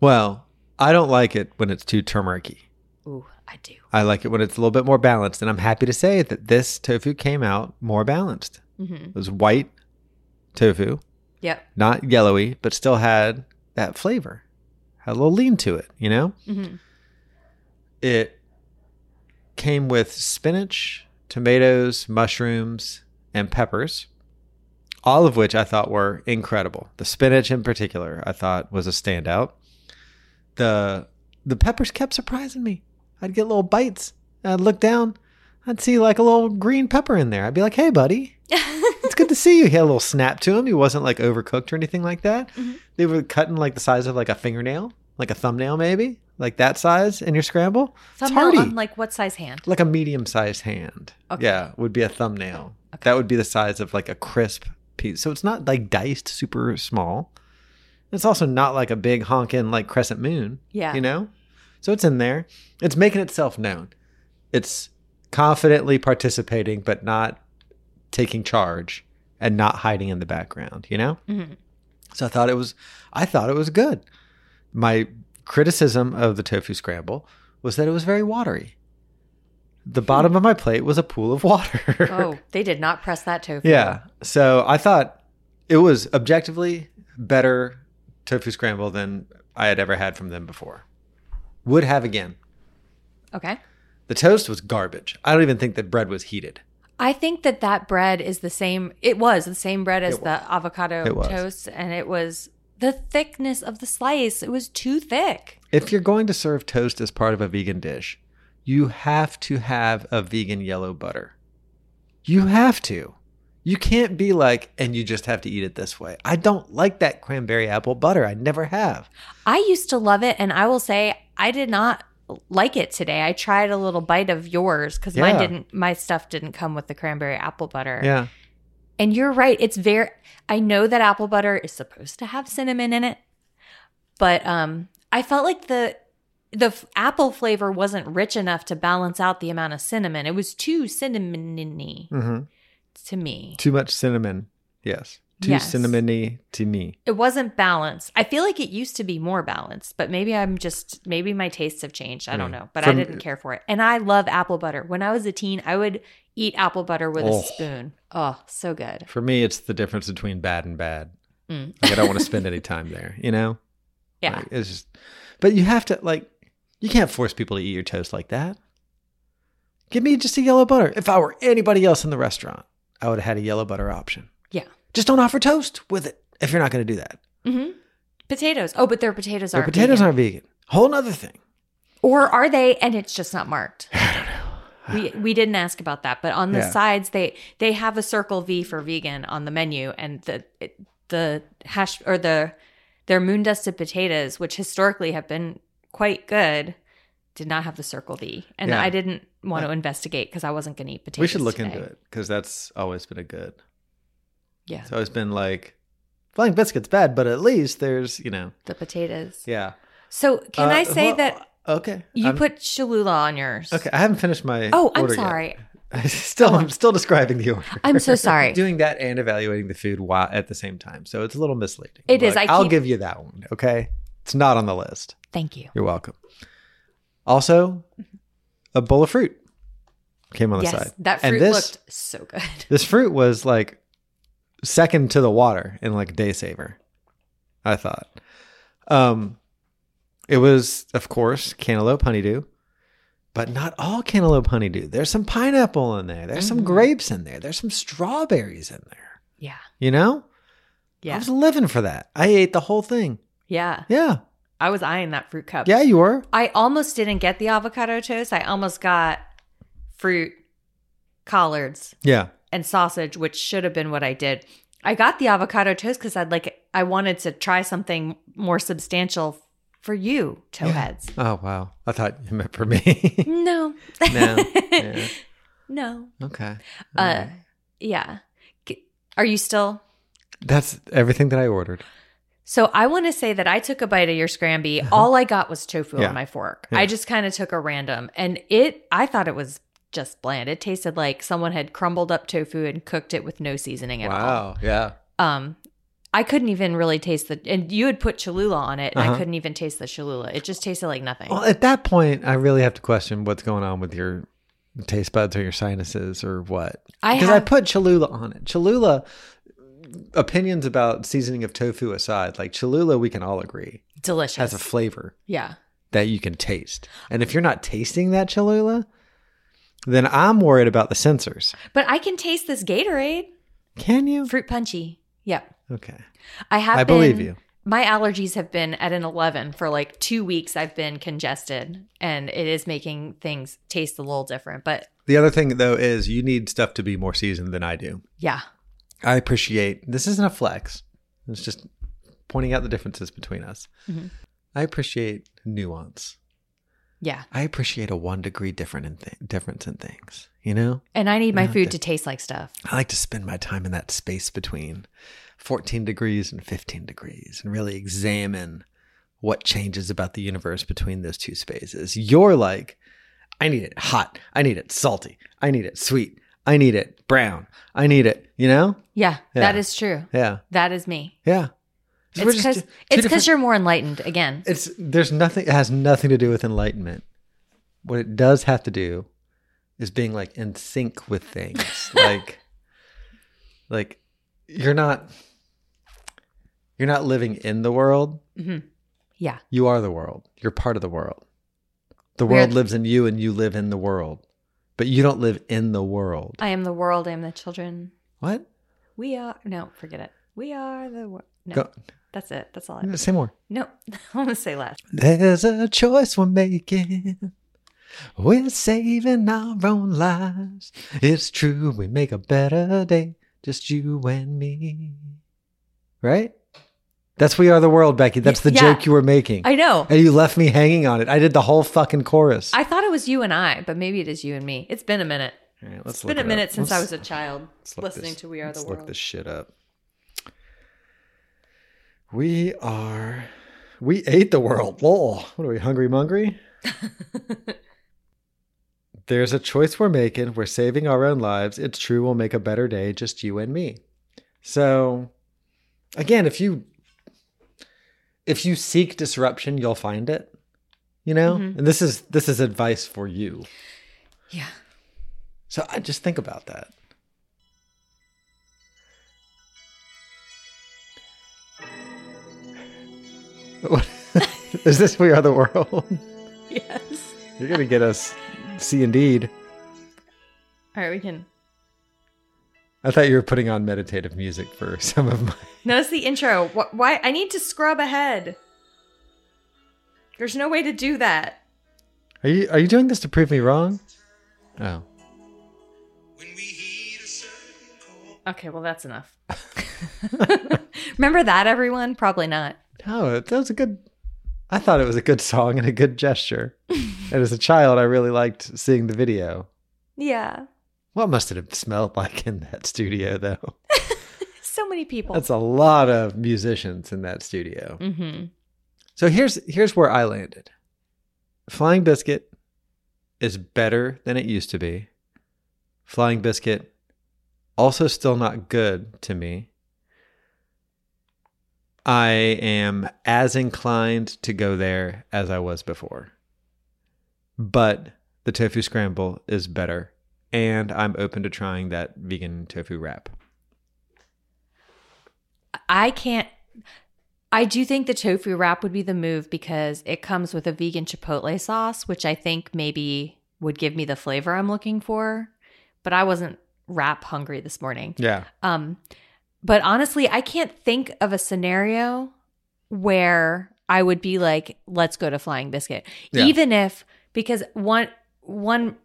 [SPEAKER 2] Well, I don't like it when it's too turmericy.
[SPEAKER 1] Ooh, I do.
[SPEAKER 2] I like it when it's a little bit more balanced, and I'm happy to say that this tofu came out more balanced. It was white tofu,
[SPEAKER 1] Yep.
[SPEAKER 2] not yellowy, but still had that flavor, had a little lean to it. You know, it came with spinach, tomatoes, mushrooms, and peppers, all of which I thought were incredible. The spinach, in particular, I thought was a standout. the The peppers kept surprising me. I'd get little bites. and I'd look down. I'd see like a little green pepper in there. I'd be like,
[SPEAKER 1] (laughs)
[SPEAKER 2] "Hey, buddy." it's good to see you. He had a little snap to him. He wasn't like overcooked or anything like that.
[SPEAKER 1] Mm-hmm.
[SPEAKER 2] They were cutting like the size of like a fingernail, like a thumbnail maybe, like that size in your scramble. it's
[SPEAKER 1] Thumbnail
[SPEAKER 2] hearty
[SPEAKER 1] on like what size
[SPEAKER 2] (laughs)
[SPEAKER 1] hand?
[SPEAKER 2] like a medium sized hand.
[SPEAKER 1] Okay.
[SPEAKER 2] Yeah, would be a thumbnail. That would be the size of like a crisp piece. So it's not like diced super small. It's also not like a big honkin' like crescent moon.
[SPEAKER 1] Yeah.
[SPEAKER 2] You know? So it's in there. It's making itself known. It's confidently participating, but not taking charge and not hiding in the background, you know? So I thought it was I thought it was good. My criticism of the tofu scramble was that it was very watery. The bottom of my plate was a pool of water.
[SPEAKER 1] Oh, they did not press that tofu.
[SPEAKER 2] (laughs) Yeah. So I thought it was objectively better tofu scramble than I had ever had from them before. Would have again.
[SPEAKER 1] Okay.
[SPEAKER 2] The toast was garbage. I don't even think the bread was heated.
[SPEAKER 1] I think that that bread is the same. It was the same bread as
[SPEAKER 2] It
[SPEAKER 1] the avocado
[SPEAKER 2] It was.
[SPEAKER 1] toast, and it was the thickness of the slice. It was too thick.
[SPEAKER 2] If you're going to serve toast as part of a vegan dish, you have to have a vegan yellow butter. You have to. You can't be like, and you just have to eat it this way. I don't like that cranberry apple butter. I never have.
[SPEAKER 1] I used to love it, and I will say I did not like it today. I tried a little bite of yours because mine
[SPEAKER 2] Yeah.
[SPEAKER 1] didn't. My stuff didn't come with the cranberry apple butter.
[SPEAKER 2] Yeah.
[SPEAKER 1] And you're right. It's very. I know that apple butter is supposed to have cinnamon in it, but um, I felt like the the f- apple flavor wasn't rich enough to balance out the amount of cinnamon. It was too cinnamony
[SPEAKER 2] Mm-hmm.
[SPEAKER 1] to me.
[SPEAKER 2] Too much cinnamon. Yes. Too
[SPEAKER 1] Yes.
[SPEAKER 2] cinnamony to me.
[SPEAKER 1] It wasn't balanced. I feel like it used to be more balanced, but maybe I'm just maybe my tastes have changed. I don't know, but
[SPEAKER 2] Hmm. From-
[SPEAKER 1] I didn't care for it. And I love apple butter. When I was a teen, I would eat apple butter with
[SPEAKER 2] Oh.
[SPEAKER 1] a spoon. Oh, so good.
[SPEAKER 2] For me, it's the difference between bad and bad.
[SPEAKER 1] Mm.
[SPEAKER 2] Like I don't want to spend any time there, you know?
[SPEAKER 1] Yeah.
[SPEAKER 2] Like, it's just, but you have to like, you can't force people to eat your toast like that. Give me just a yellow butter. If I were anybody else in the restaurant, I would have had a yellow butter option.
[SPEAKER 1] Yeah.
[SPEAKER 2] Just don't offer toast with it if you're not going to do that.
[SPEAKER 1] Potatoes. Oh, but their potatoes
[SPEAKER 2] Their
[SPEAKER 1] aren't.
[SPEAKER 2] potatoes
[SPEAKER 1] vegan.
[SPEAKER 2] aren't vegan. Whole nother thing.
[SPEAKER 1] Or are they? And it's just not
[SPEAKER 2] (sighs)
[SPEAKER 1] marked. We, we didn't ask about that, but on the
[SPEAKER 2] Yeah.
[SPEAKER 1] sides they they have a circle V for vegan on the menu, and the it- the hash or the their moon dusted potatoes, which historically have been quite good, did not have the circle V, and
[SPEAKER 2] Yeah. Uh,
[SPEAKER 1] I didn't want to investigate because I wasn't going to eat potatoes.
[SPEAKER 2] we should look
[SPEAKER 1] today.
[SPEAKER 2] into it because that's always been a good.
[SPEAKER 1] Yeah,
[SPEAKER 2] It's always been like, flying biscuits bad, but at least there's, you know,
[SPEAKER 1] the potatoes.
[SPEAKER 2] yeah.
[SPEAKER 1] So can
[SPEAKER 2] Uh,
[SPEAKER 1] I say
[SPEAKER 2] wha-
[SPEAKER 1] that
[SPEAKER 2] Okay.
[SPEAKER 1] you
[SPEAKER 2] I'm-
[SPEAKER 1] put Cholula on yours?
[SPEAKER 2] Okay, I haven't finished my.
[SPEAKER 1] Oh, I'm
[SPEAKER 2] order yet.
[SPEAKER 1] sorry.
[SPEAKER 2] I (laughs) still, I'm still describing the order.
[SPEAKER 1] I'm so sorry.
[SPEAKER 2] (laughs) Doing that and evaluating the food while at the same time, so it's a little misleading.
[SPEAKER 1] It is,
[SPEAKER 2] Look,
[SPEAKER 1] I
[SPEAKER 2] I'll
[SPEAKER 1] keep-
[SPEAKER 2] give you that one. Okay, it's not on the list.
[SPEAKER 1] Thank you.
[SPEAKER 2] You're welcome. Also, a bowl of fruit came on the
[SPEAKER 1] Yes,
[SPEAKER 2] side.
[SPEAKER 1] that
[SPEAKER 2] And
[SPEAKER 1] fruit
[SPEAKER 2] this-
[SPEAKER 1] looked so good. (laughs)
[SPEAKER 2] This fruit was like second to the water in like day saver. I thought. Um it was of course cantaloupe honeydew, but not all cantaloupe honeydew. There's some pineapple in there. There's
[SPEAKER 1] Mm-hmm.
[SPEAKER 2] some grapes in there. There's some strawberries in there.
[SPEAKER 1] Yeah,
[SPEAKER 2] You know? I
[SPEAKER 1] yeah,
[SPEAKER 2] was living for that. I ate the whole thing.
[SPEAKER 1] yeah.
[SPEAKER 2] Yeah.
[SPEAKER 1] I was eyeing that fruit cup.
[SPEAKER 2] Yeah, you were.
[SPEAKER 1] I almost didn't get the avocado toast. I almost got fruit, collards,
[SPEAKER 2] Yeah.
[SPEAKER 1] and sausage, which should have been what I did. I got the avocado toast because I'd like I wanted to try something more substantial for you, toeheads.
[SPEAKER 2] Oh wow. I thought you meant for me. (laughs)
[SPEAKER 1] No, (laughs)
[SPEAKER 2] no. Yeah.
[SPEAKER 1] no.
[SPEAKER 2] Okay.
[SPEAKER 1] Uh, yeah. G- Are you still?
[SPEAKER 2] That's everything that I ordered.
[SPEAKER 1] So I want to say that I took a bite of your scramby. All I got was tofu
[SPEAKER 2] Uh-huh. Yeah.
[SPEAKER 1] on my fork.
[SPEAKER 2] Yeah.
[SPEAKER 1] I just kind of took a random, and it. I thought it was just bland. It tasted like someone had crumbled up tofu and cooked it with no seasoning at all.
[SPEAKER 2] Yeah.
[SPEAKER 1] Um, I couldn't even really taste the. And you had put Cholula on it, and I couldn't even taste the Cholula. It just tasted like nothing.
[SPEAKER 2] Uh-huh. Well, at that point, I really have to question what's going on with your taste buds or your sinuses or what.
[SPEAKER 1] I
[SPEAKER 2] Because I
[SPEAKER 1] have-
[SPEAKER 2] put Cholula on it. Cholula, opinions about seasoning of tofu aside, like Cholula, we can all agree,
[SPEAKER 1] Delicious.
[SPEAKER 2] has a flavor
[SPEAKER 1] yeah.
[SPEAKER 2] that you can taste. And if you're not tasting that Cholula, then I'm worried about the sensors.
[SPEAKER 1] But I can taste this Gatorade
[SPEAKER 2] Can you?
[SPEAKER 1] fruit punchy. Yep.
[SPEAKER 2] Okay.
[SPEAKER 1] I have.
[SPEAKER 2] I believe
[SPEAKER 1] been-
[SPEAKER 2] you.
[SPEAKER 1] My allergies have been at an 11 for like two weeks. I've been congested, and it is making things taste a little different. But
[SPEAKER 2] The other thing, though, is you need stuff to be more seasoned than I do.
[SPEAKER 1] yeah,
[SPEAKER 2] I appreciate this isn't a flex. It's just pointing out the differences between us.
[SPEAKER 1] Mm-hmm.
[SPEAKER 2] I appreciate nuance.
[SPEAKER 1] yeah.
[SPEAKER 2] I appreciate a one degree different in th- difference in things. You know,
[SPEAKER 1] And I need my
[SPEAKER 2] Not
[SPEAKER 1] food
[SPEAKER 2] that-
[SPEAKER 1] to taste like stuff.
[SPEAKER 2] I like to spend my time in that space between 14 degrees and 15 degrees and really examine what changes about the universe between those two spaces. You're like, I need it hot. I need it salty. I need it sweet. I need it brown. I need it, you know?
[SPEAKER 1] Yeah,
[SPEAKER 2] Yeah.
[SPEAKER 1] that is true.
[SPEAKER 2] Yeah.
[SPEAKER 1] That is me.
[SPEAKER 2] Yeah. So we're
[SPEAKER 1] It's
[SPEAKER 2] just
[SPEAKER 1] because
[SPEAKER 2] two
[SPEAKER 1] it's
[SPEAKER 2] different-
[SPEAKER 1] because you're more enlightened again.
[SPEAKER 2] It's there's nothing. It has nothing to do with enlightenment. What it does have to do is being like in sync
[SPEAKER 1] (laughs)
[SPEAKER 2] with things. like, like you're not you're not living in the world.
[SPEAKER 1] Mm-hmm. Yeah.
[SPEAKER 2] You are the world. You're part of the world. The
[SPEAKER 1] We're-
[SPEAKER 2] world lives in you, and you live in the world. But you don't live in the world.
[SPEAKER 1] I am the world. I am the children.
[SPEAKER 2] what?
[SPEAKER 1] We are. No, forget it. We are the world. No,
[SPEAKER 2] Go,
[SPEAKER 1] that's it. That's all I.
[SPEAKER 2] say more.
[SPEAKER 1] No, (laughs) I'm going to say less.
[SPEAKER 2] There's a choice we're making. We're saving our own lives. It's true, we make a better day, just you and me. Right? That's We Are the World, Becky. That's the
[SPEAKER 1] Yeah.
[SPEAKER 2] joke you were making.
[SPEAKER 1] I know.
[SPEAKER 2] and you left me hanging on it. I did the whole fucking chorus.
[SPEAKER 1] I thought it was you and I, but maybe it is you and me. It's been a minute.
[SPEAKER 2] All right,
[SPEAKER 1] It's been a minute since I was a child listening to We Are the
[SPEAKER 2] Look
[SPEAKER 1] World.
[SPEAKER 2] this shit up. We are. We ate the world. Lol. What are we,
[SPEAKER 1] (laughs)
[SPEAKER 2] hungry mongry? There's a choice we're making. We're saving our own lives. It's true. We'll make a better day, just you and me. So, again, if you if you seek disruption, you'll find it. You know,
[SPEAKER 1] Mm-hmm.
[SPEAKER 2] and this is this is advice for you.
[SPEAKER 1] Yeah.
[SPEAKER 2] So I just think about that. What- (laughs) Is this We Are the World?
[SPEAKER 1] (laughs) Yes.
[SPEAKER 2] You're gonna get us C indeed.
[SPEAKER 1] All right, we can.
[SPEAKER 2] I thought you were putting on meditative music for (laughs) some of my.
[SPEAKER 1] No, that's the intro. Wh- Why? I need to scrub ahead. There's no way to do that.
[SPEAKER 2] Are you are you doing this to prove me wrong? Oh,
[SPEAKER 1] Okay, well, that's
[SPEAKER 2] (laughs)
[SPEAKER 1] enough. (laughs) Remember that, everyone? Probably not.
[SPEAKER 2] no, that was a good. I thought it was a good song and a good (laughs) gesture. and as a child, I really liked seeing the video.
[SPEAKER 1] Yeah.
[SPEAKER 2] What must it have smelled (laughs) like in that studio, though?
[SPEAKER 1] So many people.
[SPEAKER 2] That's a lot of musicians in that studio.
[SPEAKER 1] mm-hmm.
[SPEAKER 2] So here's here's where I landed. Flying Biscuit is better than it used to be. Flying Biscuit also still not good to me. I am as inclined to go there as I was before. But the tofu scramble is better and I'm open to trying that vegan tofu wrap.
[SPEAKER 1] I can't. I do think the tofu wrap would be the move because it comes with a vegan chipotle sauce, which I think maybe would give me the flavor I'm looking for. But I wasn't wrap hungry this morning.
[SPEAKER 2] Yeah.
[SPEAKER 1] Um, but honestly, I can't think of a scenario where I would be like, "Let's go to Flying Biscuit,"
[SPEAKER 2] Yeah.
[SPEAKER 1] even if because one one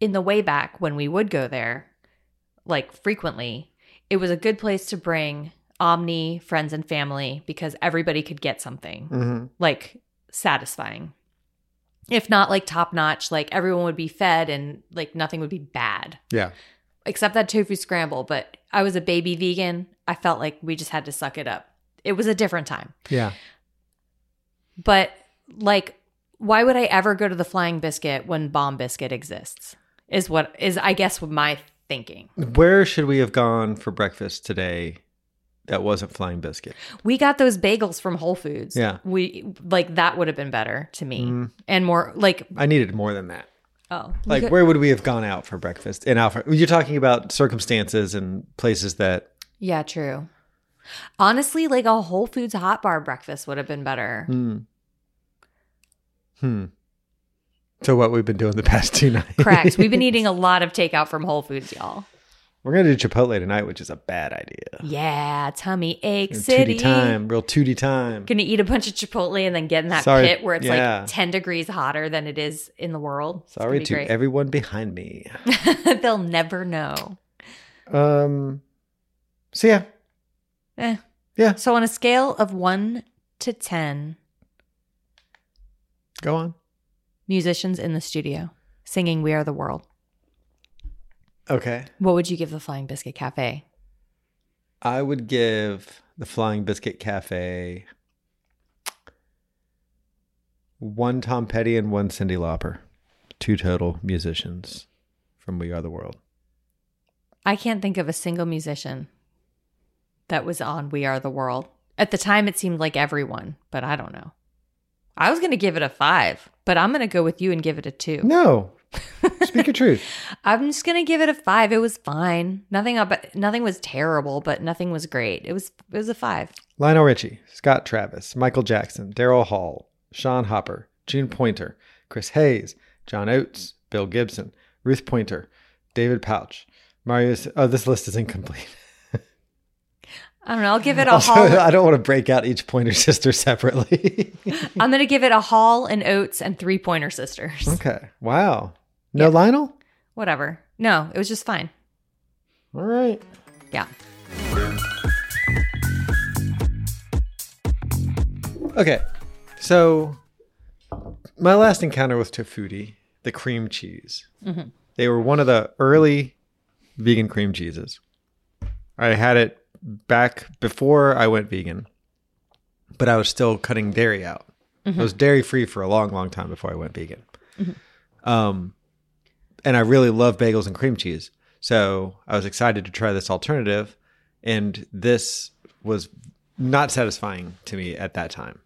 [SPEAKER 1] in the way back when we would go there, like frequently, it was a good place to bring Omni friends and family because everybody could get something
[SPEAKER 2] Mm-hmm.
[SPEAKER 1] like satisfying. If not like top notch, like everyone would be fed and like nothing would be bad
[SPEAKER 2] Yeah.
[SPEAKER 1] except that tofu scramble, but I was a baby vegan. I felt like we just had to suck it up. It was a different time.
[SPEAKER 2] Yeah.
[SPEAKER 1] But like why would I ever go to the flying biscuit when bomb biscuit exists? Is what is I guess what my thinking.
[SPEAKER 2] Where should we have gone for breakfast today that wasn't Flying Biscuit.
[SPEAKER 1] We got those bagels from Whole Foods.
[SPEAKER 2] Yeah.
[SPEAKER 1] We like that would have been better to me. And more like
[SPEAKER 2] I needed more than that.
[SPEAKER 1] oh.
[SPEAKER 2] Like, where would we have gone out for breakfast in Alfred? You're talking about circumstances and places that
[SPEAKER 1] Yeah, true. Honestly, like a Whole Foods hot bar breakfast would have been better.
[SPEAKER 2] hmm, to what we've been doing the past two (laughs) nights.
[SPEAKER 1] Correct. We've been eating a lot of takeout from Whole Foods, y'all.
[SPEAKER 2] We're gonna do Chipotle tonight, which is a bad idea.
[SPEAKER 1] Yeah, tummy ache city.
[SPEAKER 2] Tootie time, real tootie time.
[SPEAKER 1] Gonna eat a bunch of Chipotle and then get in that
[SPEAKER 2] Sorry.
[SPEAKER 1] pit where it's
[SPEAKER 2] Yeah.
[SPEAKER 1] like 10 degrees hotter than it is in the world. It's
[SPEAKER 2] Sorry
[SPEAKER 1] gonna be
[SPEAKER 2] to everyone behind me.
[SPEAKER 1] great. (laughs) They'll never know.
[SPEAKER 2] Um. So yeah,
[SPEAKER 1] Eh.
[SPEAKER 2] Yeah.
[SPEAKER 1] So on a scale of one to 10,
[SPEAKER 2] go on.
[SPEAKER 1] musicians in the studio singing We Are the World,
[SPEAKER 2] Okay.
[SPEAKER 1] what would you give the Flying Biscuit Cafe?
[SPEAKER 2] I would give the Flying Biscuit Cafe one Tom Petty and one Cindy Lauper, two total musicians from We Are the World.
[SPEAKER 1] I can't think of a single musician that was on We Are the World. At the time, it seemed like everyone, but I don't know. I was going to give it a five, but I'm going to go with you and give it a two.
[SPEAKER 2] No, speak your truth.
[SPEAKER 1] I'm just going to give it a five. It was fine. Nothing up, nothing was terrible, but nothing was great. It was, it was a five.
[SPEAKER 2] Lionel Richie, Scott Travis, Michael Jackson, Daryl Hall, Sean Hopper, June Pointer, Chris Hayes, John Oates, Bill Gibson, Ruth Pointer, David Pouch, Marius. Oh, this list is incomplete.
[SPEAKER 1] I don't know. I'll give it a
[SPEAKER 2] (laughs) Also,
[SPEAKER 1] haul. (laughs)
[SPEAKER 2] I don't want to break out each Pointer sister separately. (laughs)
[SPEAKER 1] I'm going to give it a Hall and Oates and Three Pointer Sisters.
[SPEAKER 2] Okay. Wow. No Lionel?
[SPEAKER 1] (laughs) Whatever. No, it was just fine.
[SPEAKER 2] All right.
[SPEAKER 1] Yeah.
[SPEAKER 2] Okay. So my last encounter with Tofudi, the cream cheese. They were one of the early vegan cream cheeses. I had it back before I went vegan, but I was still cutting dairy out. I was dairy free for a long, long time before I went vegan. Um, and I really love bagels and cream cheese. So I was excited to try this alternative. And this was not satisfying to me at that time.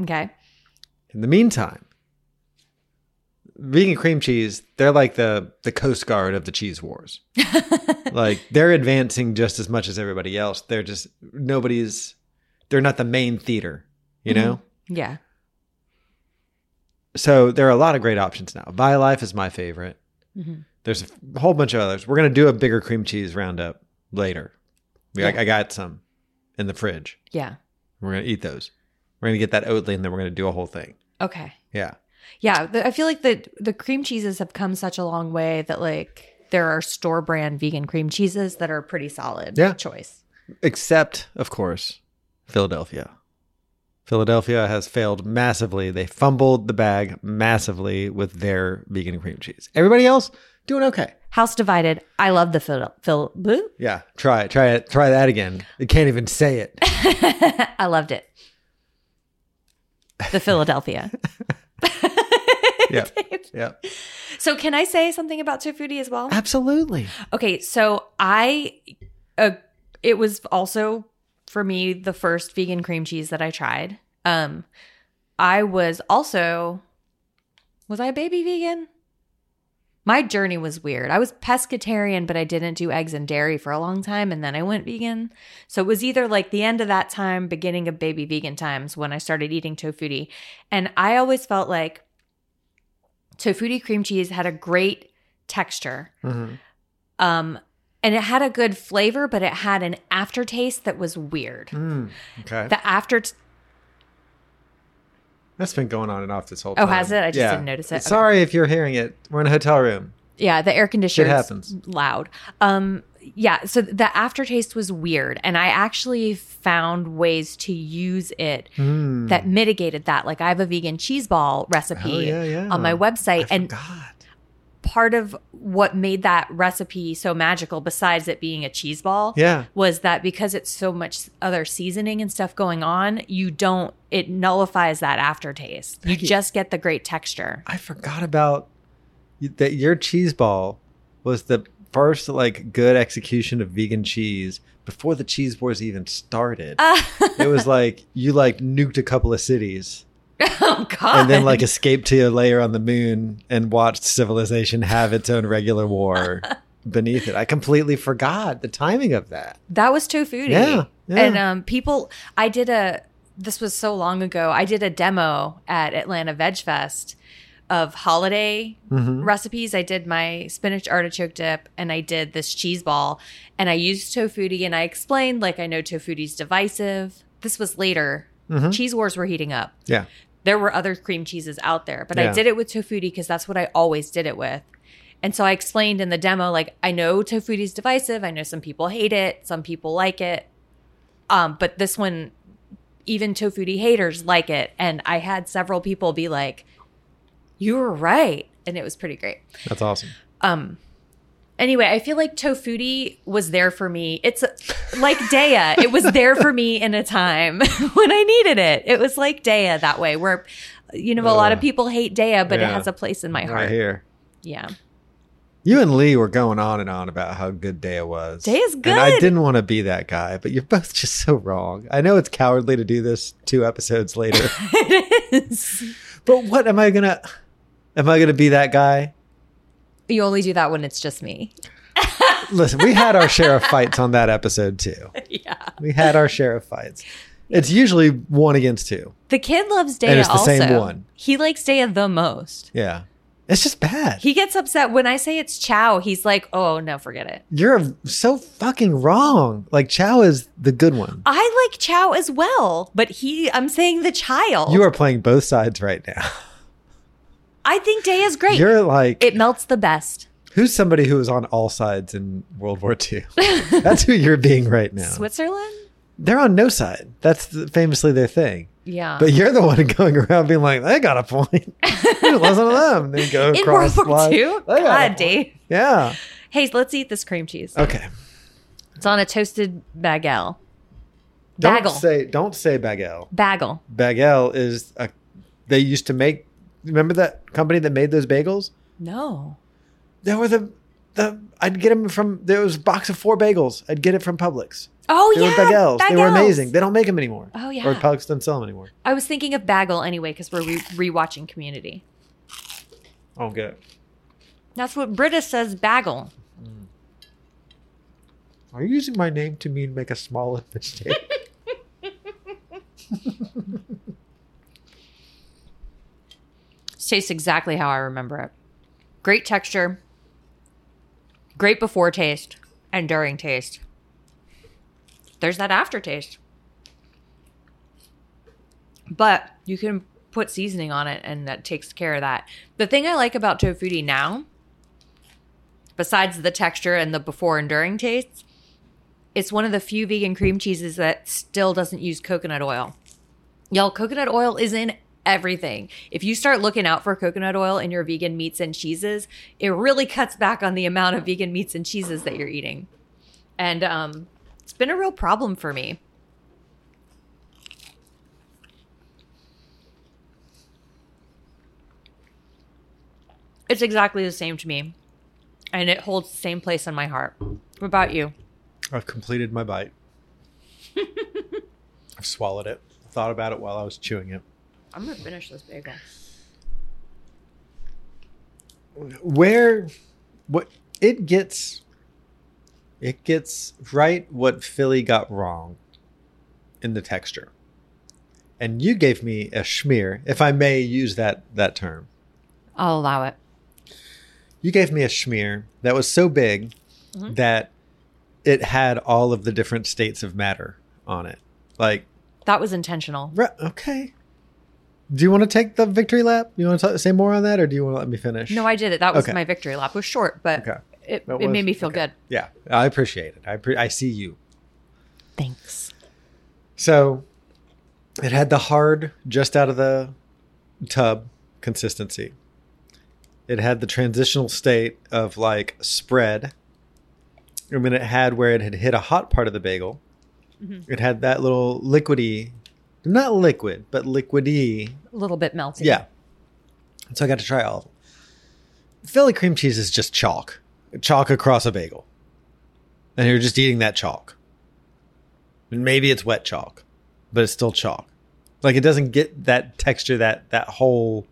[SPEAKER 1] Okay.
[SPEAKER 2] In the meantime, vegan cream cheese, they're like the, the Coast Guard of the cheese wars. like they're advancing just as much as everybody else. They're just, nobody's, they're not the main theater, you know?
[SPEAKER 1] Mm-hmm. Yeah.
[SPEAKER 2] so there are a lot of great options now. By Life is my favorite. There's a f- whole bunch of others. We're gonna do a bigger cream cheese roundup later. We- I, I got some in the fridge.
[SPEAKER 1] Yeah.
[SPEAKER 2] We're gonna eat those. We're gonna get that Oatly, and then we're gonna do a whole thing.
[SPEAKER 1] Okay.
[SPEAKER 2] Yeah,
[SPEAKER 1] Yeah, the, I feel like the the cream cheeses have come such a long way that like there are store brand vegan cream cheeses that are a pretty solid
[SPEAKER 2] Yeah.
[SPEAKER 1] choice.
[SPEAKER 2] except of course Philadelphia. Philadelphia has failed massively. They fumbled the bag massively with their vegan cream cheese. Everybody else doing okay.
[SPEAKER 1] House divided. I love the Phil. Phil bleh. (laughs)
[SPEAKER 2] Yeah, try it. Try it. Try that again. They can't even
[SPEAKER 1] (laughs)
[SPEAKER 2] say it.
[SPEAKER 1] I loved it. The Philadelphia.
[SPEAKER 2] Yeah. yeah.
[SPEAKER 1] so can I say something about Tofudi as well?
[SPEAKER 2] Absolutely.
[SPEAKER 1] Okay, so I, uh, it was also for me the first vegan cream cheese that I tried. Um, I was also, was I a baby vegan? My journey was weird. I was pescatarian, but I didn't do eggs and dairy for a long time, and then I went vegan. So it was either like the end of that time, beginning of baby vegan times when I started eating tofuti, and I always felt like tofuti cream cheese had a great texture
[SPEAKER 2] Mm-hmm.
[SPEAKER 1] um and it had a good flavor but it had an aftertaste that was weird
[SPEAKER 2] Mm. Okay.
[SPEAKER 1] the after
[SPEAKER 2] That's been going on and off this whole
[SPEAKER 1] Oh,
[SPEAKER 2] time.
[SPEAKER 1] has it? I just didn't notice it. Okay.
[SPEAKER 2] Sorry if you're hearing it. We're in a hotel room.
[SPEAKER 1] yeah the air conditioner
[SPEAKER 2] happens.
[SPEAKER 1] loud um yeah so the aftertaste was weird and i actually found ways to use it
[SPEAKER 2] Hmm.
[SPEAKER 1] that mitigated that like i have a vegan cheese ball recipe
[SPEAKER 2] Oh, yeah, yeah.
[SPEAKER 1] on my website and
[SPEAKER 2] God.
[SPEAKER 1] part of what made that recipe so magical, besides it being a cheese ball,
[SPEAKER 2] Yeah.
[SPEAKER 1] was that because it's so much other seasoning and stuff going on, you don't it nullifies that aftertaste. You
[SPEAKER 2] Becky.
[SPEAKER 1] just get the great texture. (laughs)
[SPEAKER 2] I forgot about y- that your cheese ball was the first like good execution of vegan cheese before the cheese wars even started. it was like you like nuked a couple of cities
[SPEAKER 1] Oh God.
[SPEAKER 2] and then like escaped to a layer on the moon and watched civilization have its own regular war beneath it. I completely forgot the timing of that.
[SPEAKER 1] That was Tofuti.
[SPEAKER 2] Yeah, yeah.
[SPEAKER 1] And um, people, I did a, this was so long ago, I did a demo at Atlanta Veg Fest of holiday
[SPEAKER 2] Mm-hmm.
[SPEAKER 1] recipes. I did my spinach artichoke dip and I did this cheese ball and I used Tofuti and I explained, like, I know Tofuti's divisive. This was later.
[SPEAKER 2] Mm-hmm.
[SPEAKER 1] Cheese wars were heating up.
[SPEAKER 2] Yeah.
[SPEAKER 1] There were other cream cheeses out there, but
[SPEAKER 2] Yeah.
[SPEAKER 1] I did it with Tofuti because that's what I always did it with. And so I explained in the demo, like, I know Tofuti's divisive. I know some people hate it, some people like it. Um, but this one, even Tofuti haters like it. And I had several people be like, you were right. And it was pretty great.
[SPEAKER 2] That's awesome.
[SPEAKER 1] Anyway, I feel like Tofuti was there for me. It's like Daya. It was there for me in a time (laughs) when I needed it. It was like Daya that way, where, you know, a lot of
[SPEAKER 2] Ugh.
[SPEAKER 1] people hate Daya, but it
[SPEAKER 2] Yeah.
[SPEAKER 1] has a place in my
[SPEAKER 2] Right
[SPEAKER 1] heart.
[SPEAKER 2] here.
[SPEAKER 1] yeah.
[SPEAKER 2] You and Lee were going on and on about how good Daya was.
[SPEAKER 1] Daya's
[SPEAKER 2] And I
[SPEAKER 1] good.
[SPEAKER 2] didn't want to be that guy, but you're both just so wrong. I know it's cowardly to do this two episodes later,
[SPEAKER 1] (laughs) It is.
[SPEAKER 2] but what am I gonna? Am I gonna be that guy?
[SPEAKER 1] You only do that when it's just
[SPEAKER 2] (laughs)
[SPEAKER 1] me.
[SPEAKER 2] Listen, we had our share of fights on that episode too.
[SPEAKER 1] Yeah.
[SPEAKER 2] We had our share of fights. It's usually one against two.
[SPEAKER 1] The kid loves Daya
[SPEAKER 2] And it's the
[SPEAKER 1] also.
[SPEAKER 2] same one.
[SPEAKER 1] He likes Daya the most.
[SPEAKER 2] Yeah, it's just bad.
[SPEAKER 1] He gets upset when I say it's Chow. He's like, oh, no, forget it.
[SPEAKER 2] you're so fucking wrong. Like Chow is the good one.
[SPEAKER 1] I like Chow as well, but he, I'm saying the child.
[SPEAKER 2] You are playing both sides right now.
[SPEAKER 1] I think Daya's great.
[SPEAKER 2] You're like
[SPEAKER 1] it melts the best.
[SPEAKER 2] Who's somebody who was on all sides in World War II? (laughs) That's who you're being right now.
[SPEAKER 1] Switzerland?
[SPEAKER 2] They're on no side. That's the, famously their thing.
[SPEAKER 1] Yeah.
[SPEAKER 2] But you're the one (laughs) going around being like, they got
[SPEAKER 1] (laughs)
[SPEAKER 2] a point. Listen to them. Then go
[SPEAKER 1] in World
[SPEAKER 2] across Oh,
[SPEAKER 1] War
[SPEAKER 2] lines.
[SPEAKER 1] II?
[SPEAKER 2] They got a
[SPEAKER 1] God,
[SPEAKER 2] point.
[SPEAKER 1] Dave.
[SPEAKER 2] Yeah.
[SPEAKER 1] Hey, let's eat this cream cheese.
[SPEAKER 2] Okay.
[SPEAKER 1] It's on a toasted bagel.
[SPEAKER 2] Don't
[SPEAKER 1] Bagel.
[SPEAKER 2] say don't say bagel.
[SPEAKER 1] bagel.
[SPEAKER 2] Bagel is a they used to make remember that company that made those bagels?
[SPEAKER 1] No.
[SPEAKER 2] They were the the I'd get them from there was a box of four bagels. I'd get it from Publix.
[SPEAKER 1] Oh,
[SPEAKER 2] They
[SPEAKER 1] yeah.
[SPEAKER 2] were bagels. They were
[SPEAKER 1] bagels.
[SPEAKER 2] amazing. They don't make them anymore.
[SPEAKER 1] Oh,
[SPEAKER 2] Or
[SPEAKER 1] yeah.
[SPEAKER 2] Publix doesn't sell them anymore.
[SPEAKER 1] I was thinking of bagel anyway because we're re- rewatching Community.
[SPEAKER 2] I don't get it.
[SPEAKER 1] That's what Britta says. Bagel.
[SPEAKER 2] Are you using my name to mean make a small (laughs) mistake?
[SPEAKER 1] This tastes exactly how I remember it. Great texture. Great before taste and during taste. There's that aftertaste. But you can put seasoning on it and that takes care of that. The thing I like about tofuti now, besides the texture and the before and during tastes, it's one of the few vegan cream cheeses that still doesn't use coconut oil. Y'all, coconut oil is in everything. If you start looking out for coconut oil in your vegan meats and cheeses, it really cuts back on the amount of vegan meats and cheeses that you're eating. And um, it's been a real problem for me. It's exactly the same to me. And it holds the same place in my heart. What about you?
[SPEAKER 2] I've completed
[SPEAKER 1] (laughs)
[SPEAKER 2] my bite. I've swallowed it. I thought about it while I was chewing it.
[SPEAKER 1] I'm going to finish this bagel.
[SPEAKER 2] Where what it gets it gets right what Philly got wrong in the texture. And you gave me a schmear, if I may use that that term.
[SPEAKER 1] I'll allow it.
[SPEAKER 2] you gave me a schmear that was so big
[SPEAKER 1] Mm-hmm.
[SPEAKER 2] that it had all of the different states of matter on it. Like,
[SPEAKER 1] That was intentional.
[SPEAKER 2] re- okay. Do you want to take the victory lap? You want to say more on that, or do you want to let me finish?
[SPEAKER 1] No, I did it. That was
[SPEAKER 2] Okay.
[SPEAKER 1] my victory lap. It was short, but
[SPEAKER 2] Okay.
[SPEAKER 1] it,
[SPEAKER 2] That
[SPEAKER 1] it
[SPEAKER 2] was-
[SPEAKER 1] made me feel
[SPEAKER 2] okay.
[SPEAKER 1] good.
[SPEAKER 2] Yeah, I appreciate it. I pre- I see you.
[SPEAKER 1] Thanks.
[SPEAKER 2] So, it had the hard, just out of the tub consistency. It had the transitional state of like spread. I mean, it had where it had hit a hot part of the bagel. It had that little liquidy, not liquid, but liquidy.
[SPEAKER 1] A little bit melty.
[SPEAKER 2] Yeah. So I got to try all of them. Philly cream cheese is just chalk. chalk across a bagel. And you're just eating that chalk. And maybe it's wet chalk, but it's still chalk. Like it doesn't get that texture, that that whole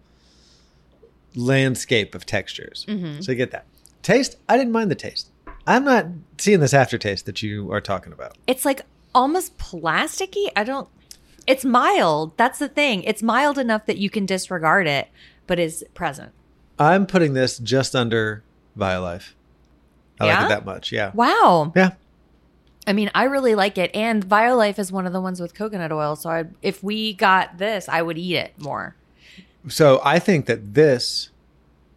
[SPEAKER 2] landscape of textures. So you get that. Taste, I didn't mind the taste. I'm not seeing this aftertaste that you are talking about.
[SPEAKER 1] It's like almost plasticky. I don't. It's mild. That's the thing. It's mild enough that you can disregard it, but is present.
[SPEAKER 2] I'm putting this just under Biolife. I like
[SPEAKER 1] Yeah?
[SPEAKER 2] it that much. Yeah.
[SPEAKER 1] Wow.
[SPEAKER 2] Yeah.
[SPEAKER 1] I mean, I really like it. And Violife is one of the ones with coconut oil. So I, if we got this, I would eat it more.
[SPEAKER 2] So I think that this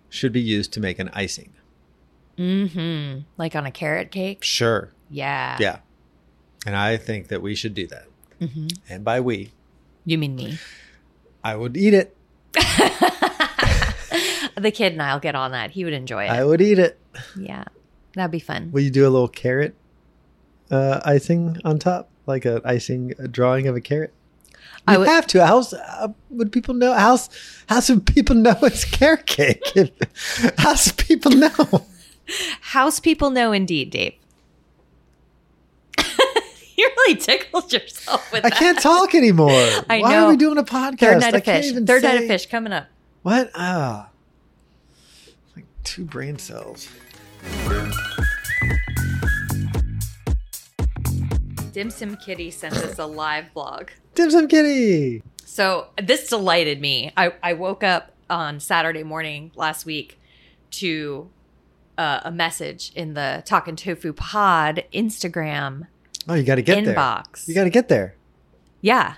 [SPEAKER 2] should be used to make an icing.
[SPEAKER 1] Mm-hmm. Like on a carrot cake.
[SPEAKER 2] Sure.
[SPEAKER 1] Yeah.
[SPEAKER 2] Yeah. And I think that we should do that.
[SPEAKER 1] Mm-hmm.
[SPEAKER 2] And by we,
[SPEAKER 1] You mean me? (laughs)
[SPEAKER 2] I would eat it.
[SPEAKER 1] The kid and I'll get on that. He would enjoy it.
[SPEAKER 2] I would eat it.
[SPEAKER 1] yeah. That'd be fun.
[SPEAKER 2] Will you do a little carrot uh, icing on top, like an icing a drawing of a carrot? You
[SPEAKER 1] I would-
[SPEAKER 2] have to. How's uh, would people know? How's how should people know it's
[SPEAKER 1] (laughs)
[SPEAKER 2] carrot cake? how should people know?
[SPEAKER 1] House people know indeed, Dave. (laughs) you really tickled yourself with
[SPEAKER 2] I
[SPEAKER 1] that.
[SPEAKER 2] can't talk anymore.
[SPEAKER 1] I
[SPEAKER 2] Why
[SPEAKER 1] know.
[SPEAKER 2] are we doing a podcast?
[SPEAKER 1] Third night
[SPEAKER 2] I
[SPEAKER 1] of
[SPEAKER 2] can't
[SPEAKER 1] fish.
[SPEAKER 2] even
[SPEAKER 1] Third night
[SPEAKER 2] say-
[SPEAKER 1] of fish coming up.
[SPEAKER 2] What? Ah, It's like two brain cells.
[SPEAKER 1] Dim Sim Kitty sent us a live blog.
[SPEAKER 2] Dim Sum Kitty.
[SPEAKER 1] So this delighted me. I, I woke up on Saturday morning last week to uh, a message in the Talking Tofu Pod Instagram
[SPEAKER 2] Oh, you got to get there.
[SPEAKER 1] inbox.
[SPEAKER 2] You got to get there.
[SPEAKER 1] Yeah.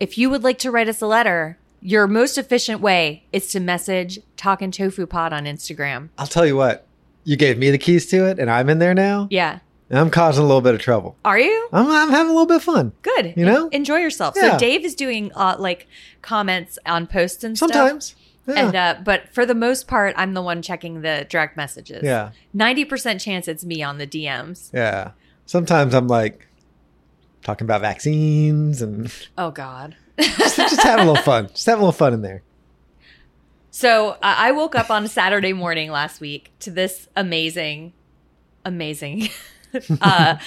[SPEAKER 1] If you would like to write us a letter, your most efficient way is to message Talking Tofu Pod on Instagram.
[SPEAKER 2] I'll tell you what. You gave me the keys to it, and I'm in there now.
[SPEAKER 1] Yeah.
[SPEAKER 2] And I'm causing a little bit of trouble.
[SPEAKER 1] Are you?
[SPEAKER 2] I'm, I'm having a little bit of fun.
[SPEAKER 1] Good.
[SPEAKER 2] You know?
[SPEAKER 1] En- enjoy yourself.
[SPEAKER 2] Yeah.
[SPEAKER 1] So Dave is doing uh, like comments on posts and stuff.
[SPEAKER 2] Sometimes. Yeah.
[SPEAKER 1] And uh, but for the most part, I'm the one checking the direct messages.
[SPEAKER 2] Yeah.
[SPEAKER 1] ninety percent chance it's me on the DMs.
[SPEAKER 2] yeah. Sometimes I'm like talking about vaccines and (laughs)
[SPEAKER 1] Oh God.
[SPEAKER 2] just, just having a little fun. Just having a little fun in there.
[SPEAKER 1] So uh, I woke up on a Saturday morning last week to this amazing, amazing (laughs) uh,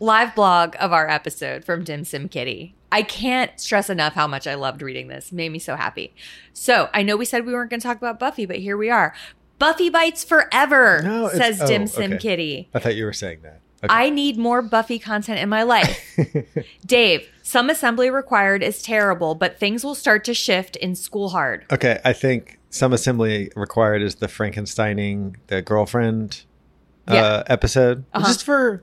[SPEAKER 1] live blog of our episode from Dim Sim Kitty. I can't stress enough how much I loved reading this. It made me so happy. So I know we said we weren't going to talk about Buffy, but here we are. Buffy bites forever,
[SPEAKER 2] No, it's-
[SPEAKER 1] says Dim
[SPEAKER 2] oh,
[SPEAKER 1] Sim
[SPEAKER 2] okay.
[SPEAKER 1] Kitty.
[SPEAKER 2] I thought you were saying that.
[SPEAKER 1] I need more Buffy content in my life.
[SPEAKER 2] (laughs)
[SPEAKER 1] Dave, some assembly required is terrible, but things will start to shift in school hard.
[SPEAKER 2] Okay, I think some assembly required is the Frankensteining the girlfriend
[SPEAKER 1] Yeah. Uh-huh.
[SPEAKER 2] uh, episode. Just for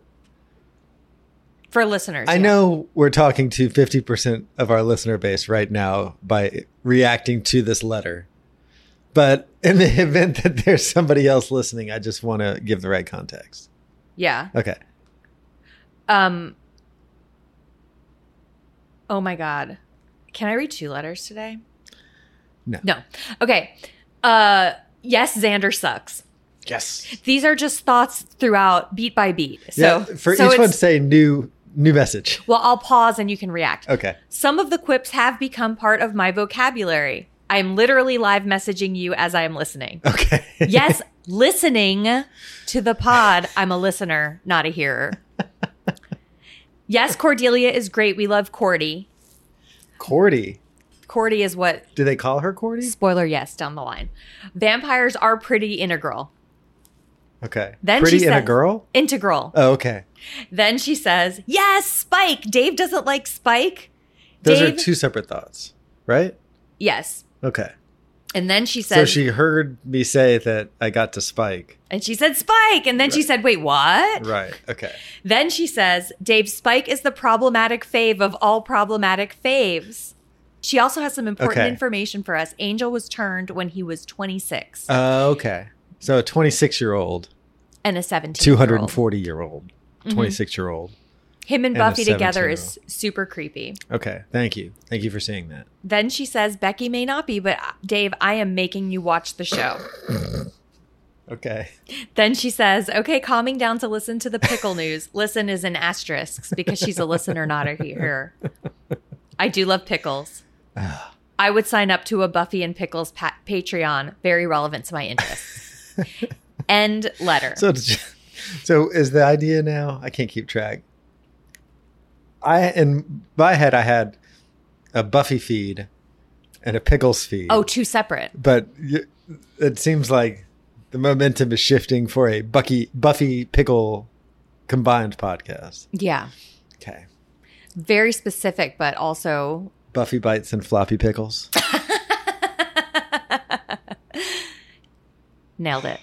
[SPEAKER 1] For listeners.
[SPEAKER 2] I
[SPEAKER 1] yeah.
[SPEAKER 2] know we're talking to fifty percent of our listener base right now by reacting to this letter, but in the (laughs) event that there's somebody else listening, I just want to give the right context.
[SPEAKER 1] Yeah.
[SPEAKER 2] Okay,
[SPEAKER 1] Um. Oh my god. Can I read two letters today?
[SPEAKER 2] No.
[SPEAKER 1] No. Okay. Uh yes, Xander sucks.
[SPEAKER 2] yes.
[SPEAKER 1] These are just thoughts throughout beat by beat. So
[SPEAKER 2] yeah, for
[SPEAKER 1] so
[SPEAKER 2] each one,
[SPEAKER 1] it's-
[SPEAKER 2] say new new message.
[SPEAKER 1] well, I'll pause and you can react.
[SPEAKER 2] Okay, (laughs)
[SPEAKER 1] Some of the quips have become part of my vocabulary. I am literally live messaging you as I am listening.
[SPEAKER 2] okay.
[SPEAKER 1] yes, listening to the pod. I'm a listener, not a hearer. Yes, Cordelia is great. We love Cordy.
[SPEAKER 2] Cordy.
[SPEAKER 1] Cordy is what
[SPEAKER 2] Do they call her Cordy?
[SPEAKER 1] spoiler yes down the line. Vampires are pretty integral.
[SPEAKER 2] Okay.
[SPEAKER 1] Then
[SPEAKER 2] Pretty
[SPEAKER 1] she
[SPEAKER 2] and
[SPEAKER 1] says,
[SPEAKER 2] a girl.
[SPEAKER 1] Integral.
[SPEAKER 2] Oh, okay.
[SPEAKER 1] then she says, "Yes, Spike. Dave doesn't like Spike."
[SPEAKER 2] Those are
[SPEAKER 1] Dave-
[SPEAKER 2] two separate thoughts, right?
[SPEAKER 1] Yes.
[SPEAKER 2] Okay.
[SPEAKER 1] And then she says,
[SPEAKER 2] So she heard me say that I got to Spike.
[SPEAKER 1] and she said Spike, and then she said, "Wait, what?"
[SPEAKER 2] Right.
[SPEAKER 1] (laughs)
[SPEAKER 2] Okay.
[SPEAKER 1] Then she says, Dave Spike is the problematic fave of all problematic faves. She also has some important
[SPEAKER 2] Okay.
[SPEAKER 1] information for us. Angel was turned when he was 26
[SPEAKER 2] Uh, okay. So a 26 year old,
[SPEAKER 1] and a 17.
[SPEAKER 2] 240 year old,
[SPEAKER 1] Mm-hmm.
[SPEAKER 2] 26 year old.
[SPEAKER 1] Him and
[SPEAKER 2] and a
[SPEAKER 1] Buffy together is super creepy.
[SPEAKER 2] Okay. Thank you. Thank you for saying that.
[SPEAKER 1] Then she says, Becky may not be, but uh, Dave, I am making you watch the show.
[SPEAKER 2] Okay.
[SPEAKER 1] then she says, okay, calming down to listen to the pickle news. Listen is in asterisks because she's a listener, not a hearer. I do love pickles. I would sign up to a Buffy and Pickles pa- Patreon, very relevant to my interests. End letter.
[SPEAKER 2] So, it's just- (laughs) so is the idea now? I can't keep track. I in my head I had a Buffy feed and a Pickles feed.
[SPEAKER 1] oh, two separate.
[SPEAKER 2] but y- it seems like the momentum is shifting for a Bucky Buffy Pickle combined podcast.
[SPEAKER 1] Yeah.
[SPEAKER 2] Okay,
[SPEAKER 1] Very specific, but also
[SPEAKER 2] Buffy bites and floppy pickles. (coughs)
[SPEAKER 1] nailed it.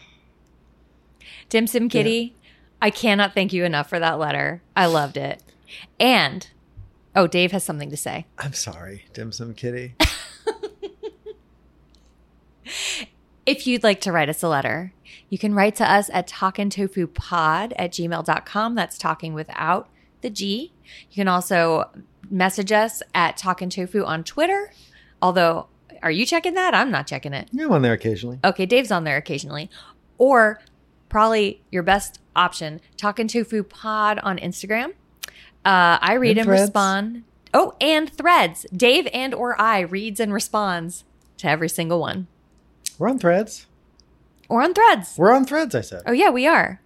[SPEAKER 1] Dimsum Kitty, I cannot thank you enough for that letter. I loved it. And oh, Dave has something to say.
[SPEAKER 2] I'm sorry, Dim Sum Kitty.
[SPEAKER 1] If you'd like to write us a letter, you can write to us at talkingtofupod at gmail.com. That's talking without the G. You can also message us at talkingtofu on Twitter. Although, are you checking that? I'm not checking it.
[SPEAKER 2] I'm on there occasionally.
[SPEAKER 1] Okay, Dave's on there occasionally. Or probably your best option, Talking Tofu Pod on Instagram. Uh, I read
[SPEAKER 2] And
[SPEAKER 1] and,
[SPEAKER 2] Threads.
[SPEAKER 1] respond. Oh, and threads. Dave and or I reads and responds to every single one.
[SPEAKER 2] We're on Threads.
[SPEAKER 1] Or on threads.
[SPEAKER 2] We're on Threads. I said.
[SPEAKER 1] Oh, yeah, we are.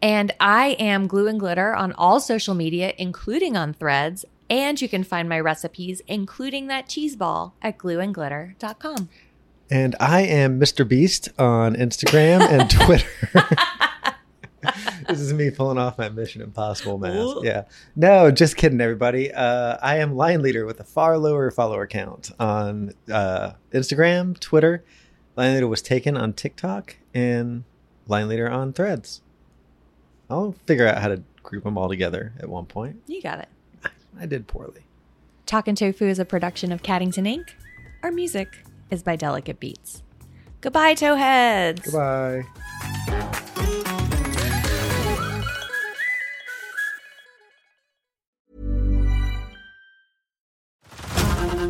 [SPEAKER 1] And I am Glue and Glitter on all social media, including on threads. And you can find my recipes, including that cheese ball, at glueandglitter.com.
[SPEAKER 2] And I am Mr. Beast on Instagram and Twitter. (laughs) this is me pulling off my Mission Impossible mask. Yeah. No, just kidding, everybody. Uh, I am Lion Leader with a far lower follower count on uh, Instagram, Twitter. Lion Leader was taken on TikTok and Lion Leader on Threads. I'll figure out how to group them all together at one point.
[SPEAKER 1] You got it.
[SPEAKER 2] I did poorly.
[SPEAKER 1] Talkin' Tofu is a production of Caddington Inc. Our music is by Delicate Beats. Goodbye, Toeheads.
[SPEAKER 2] Goodbye.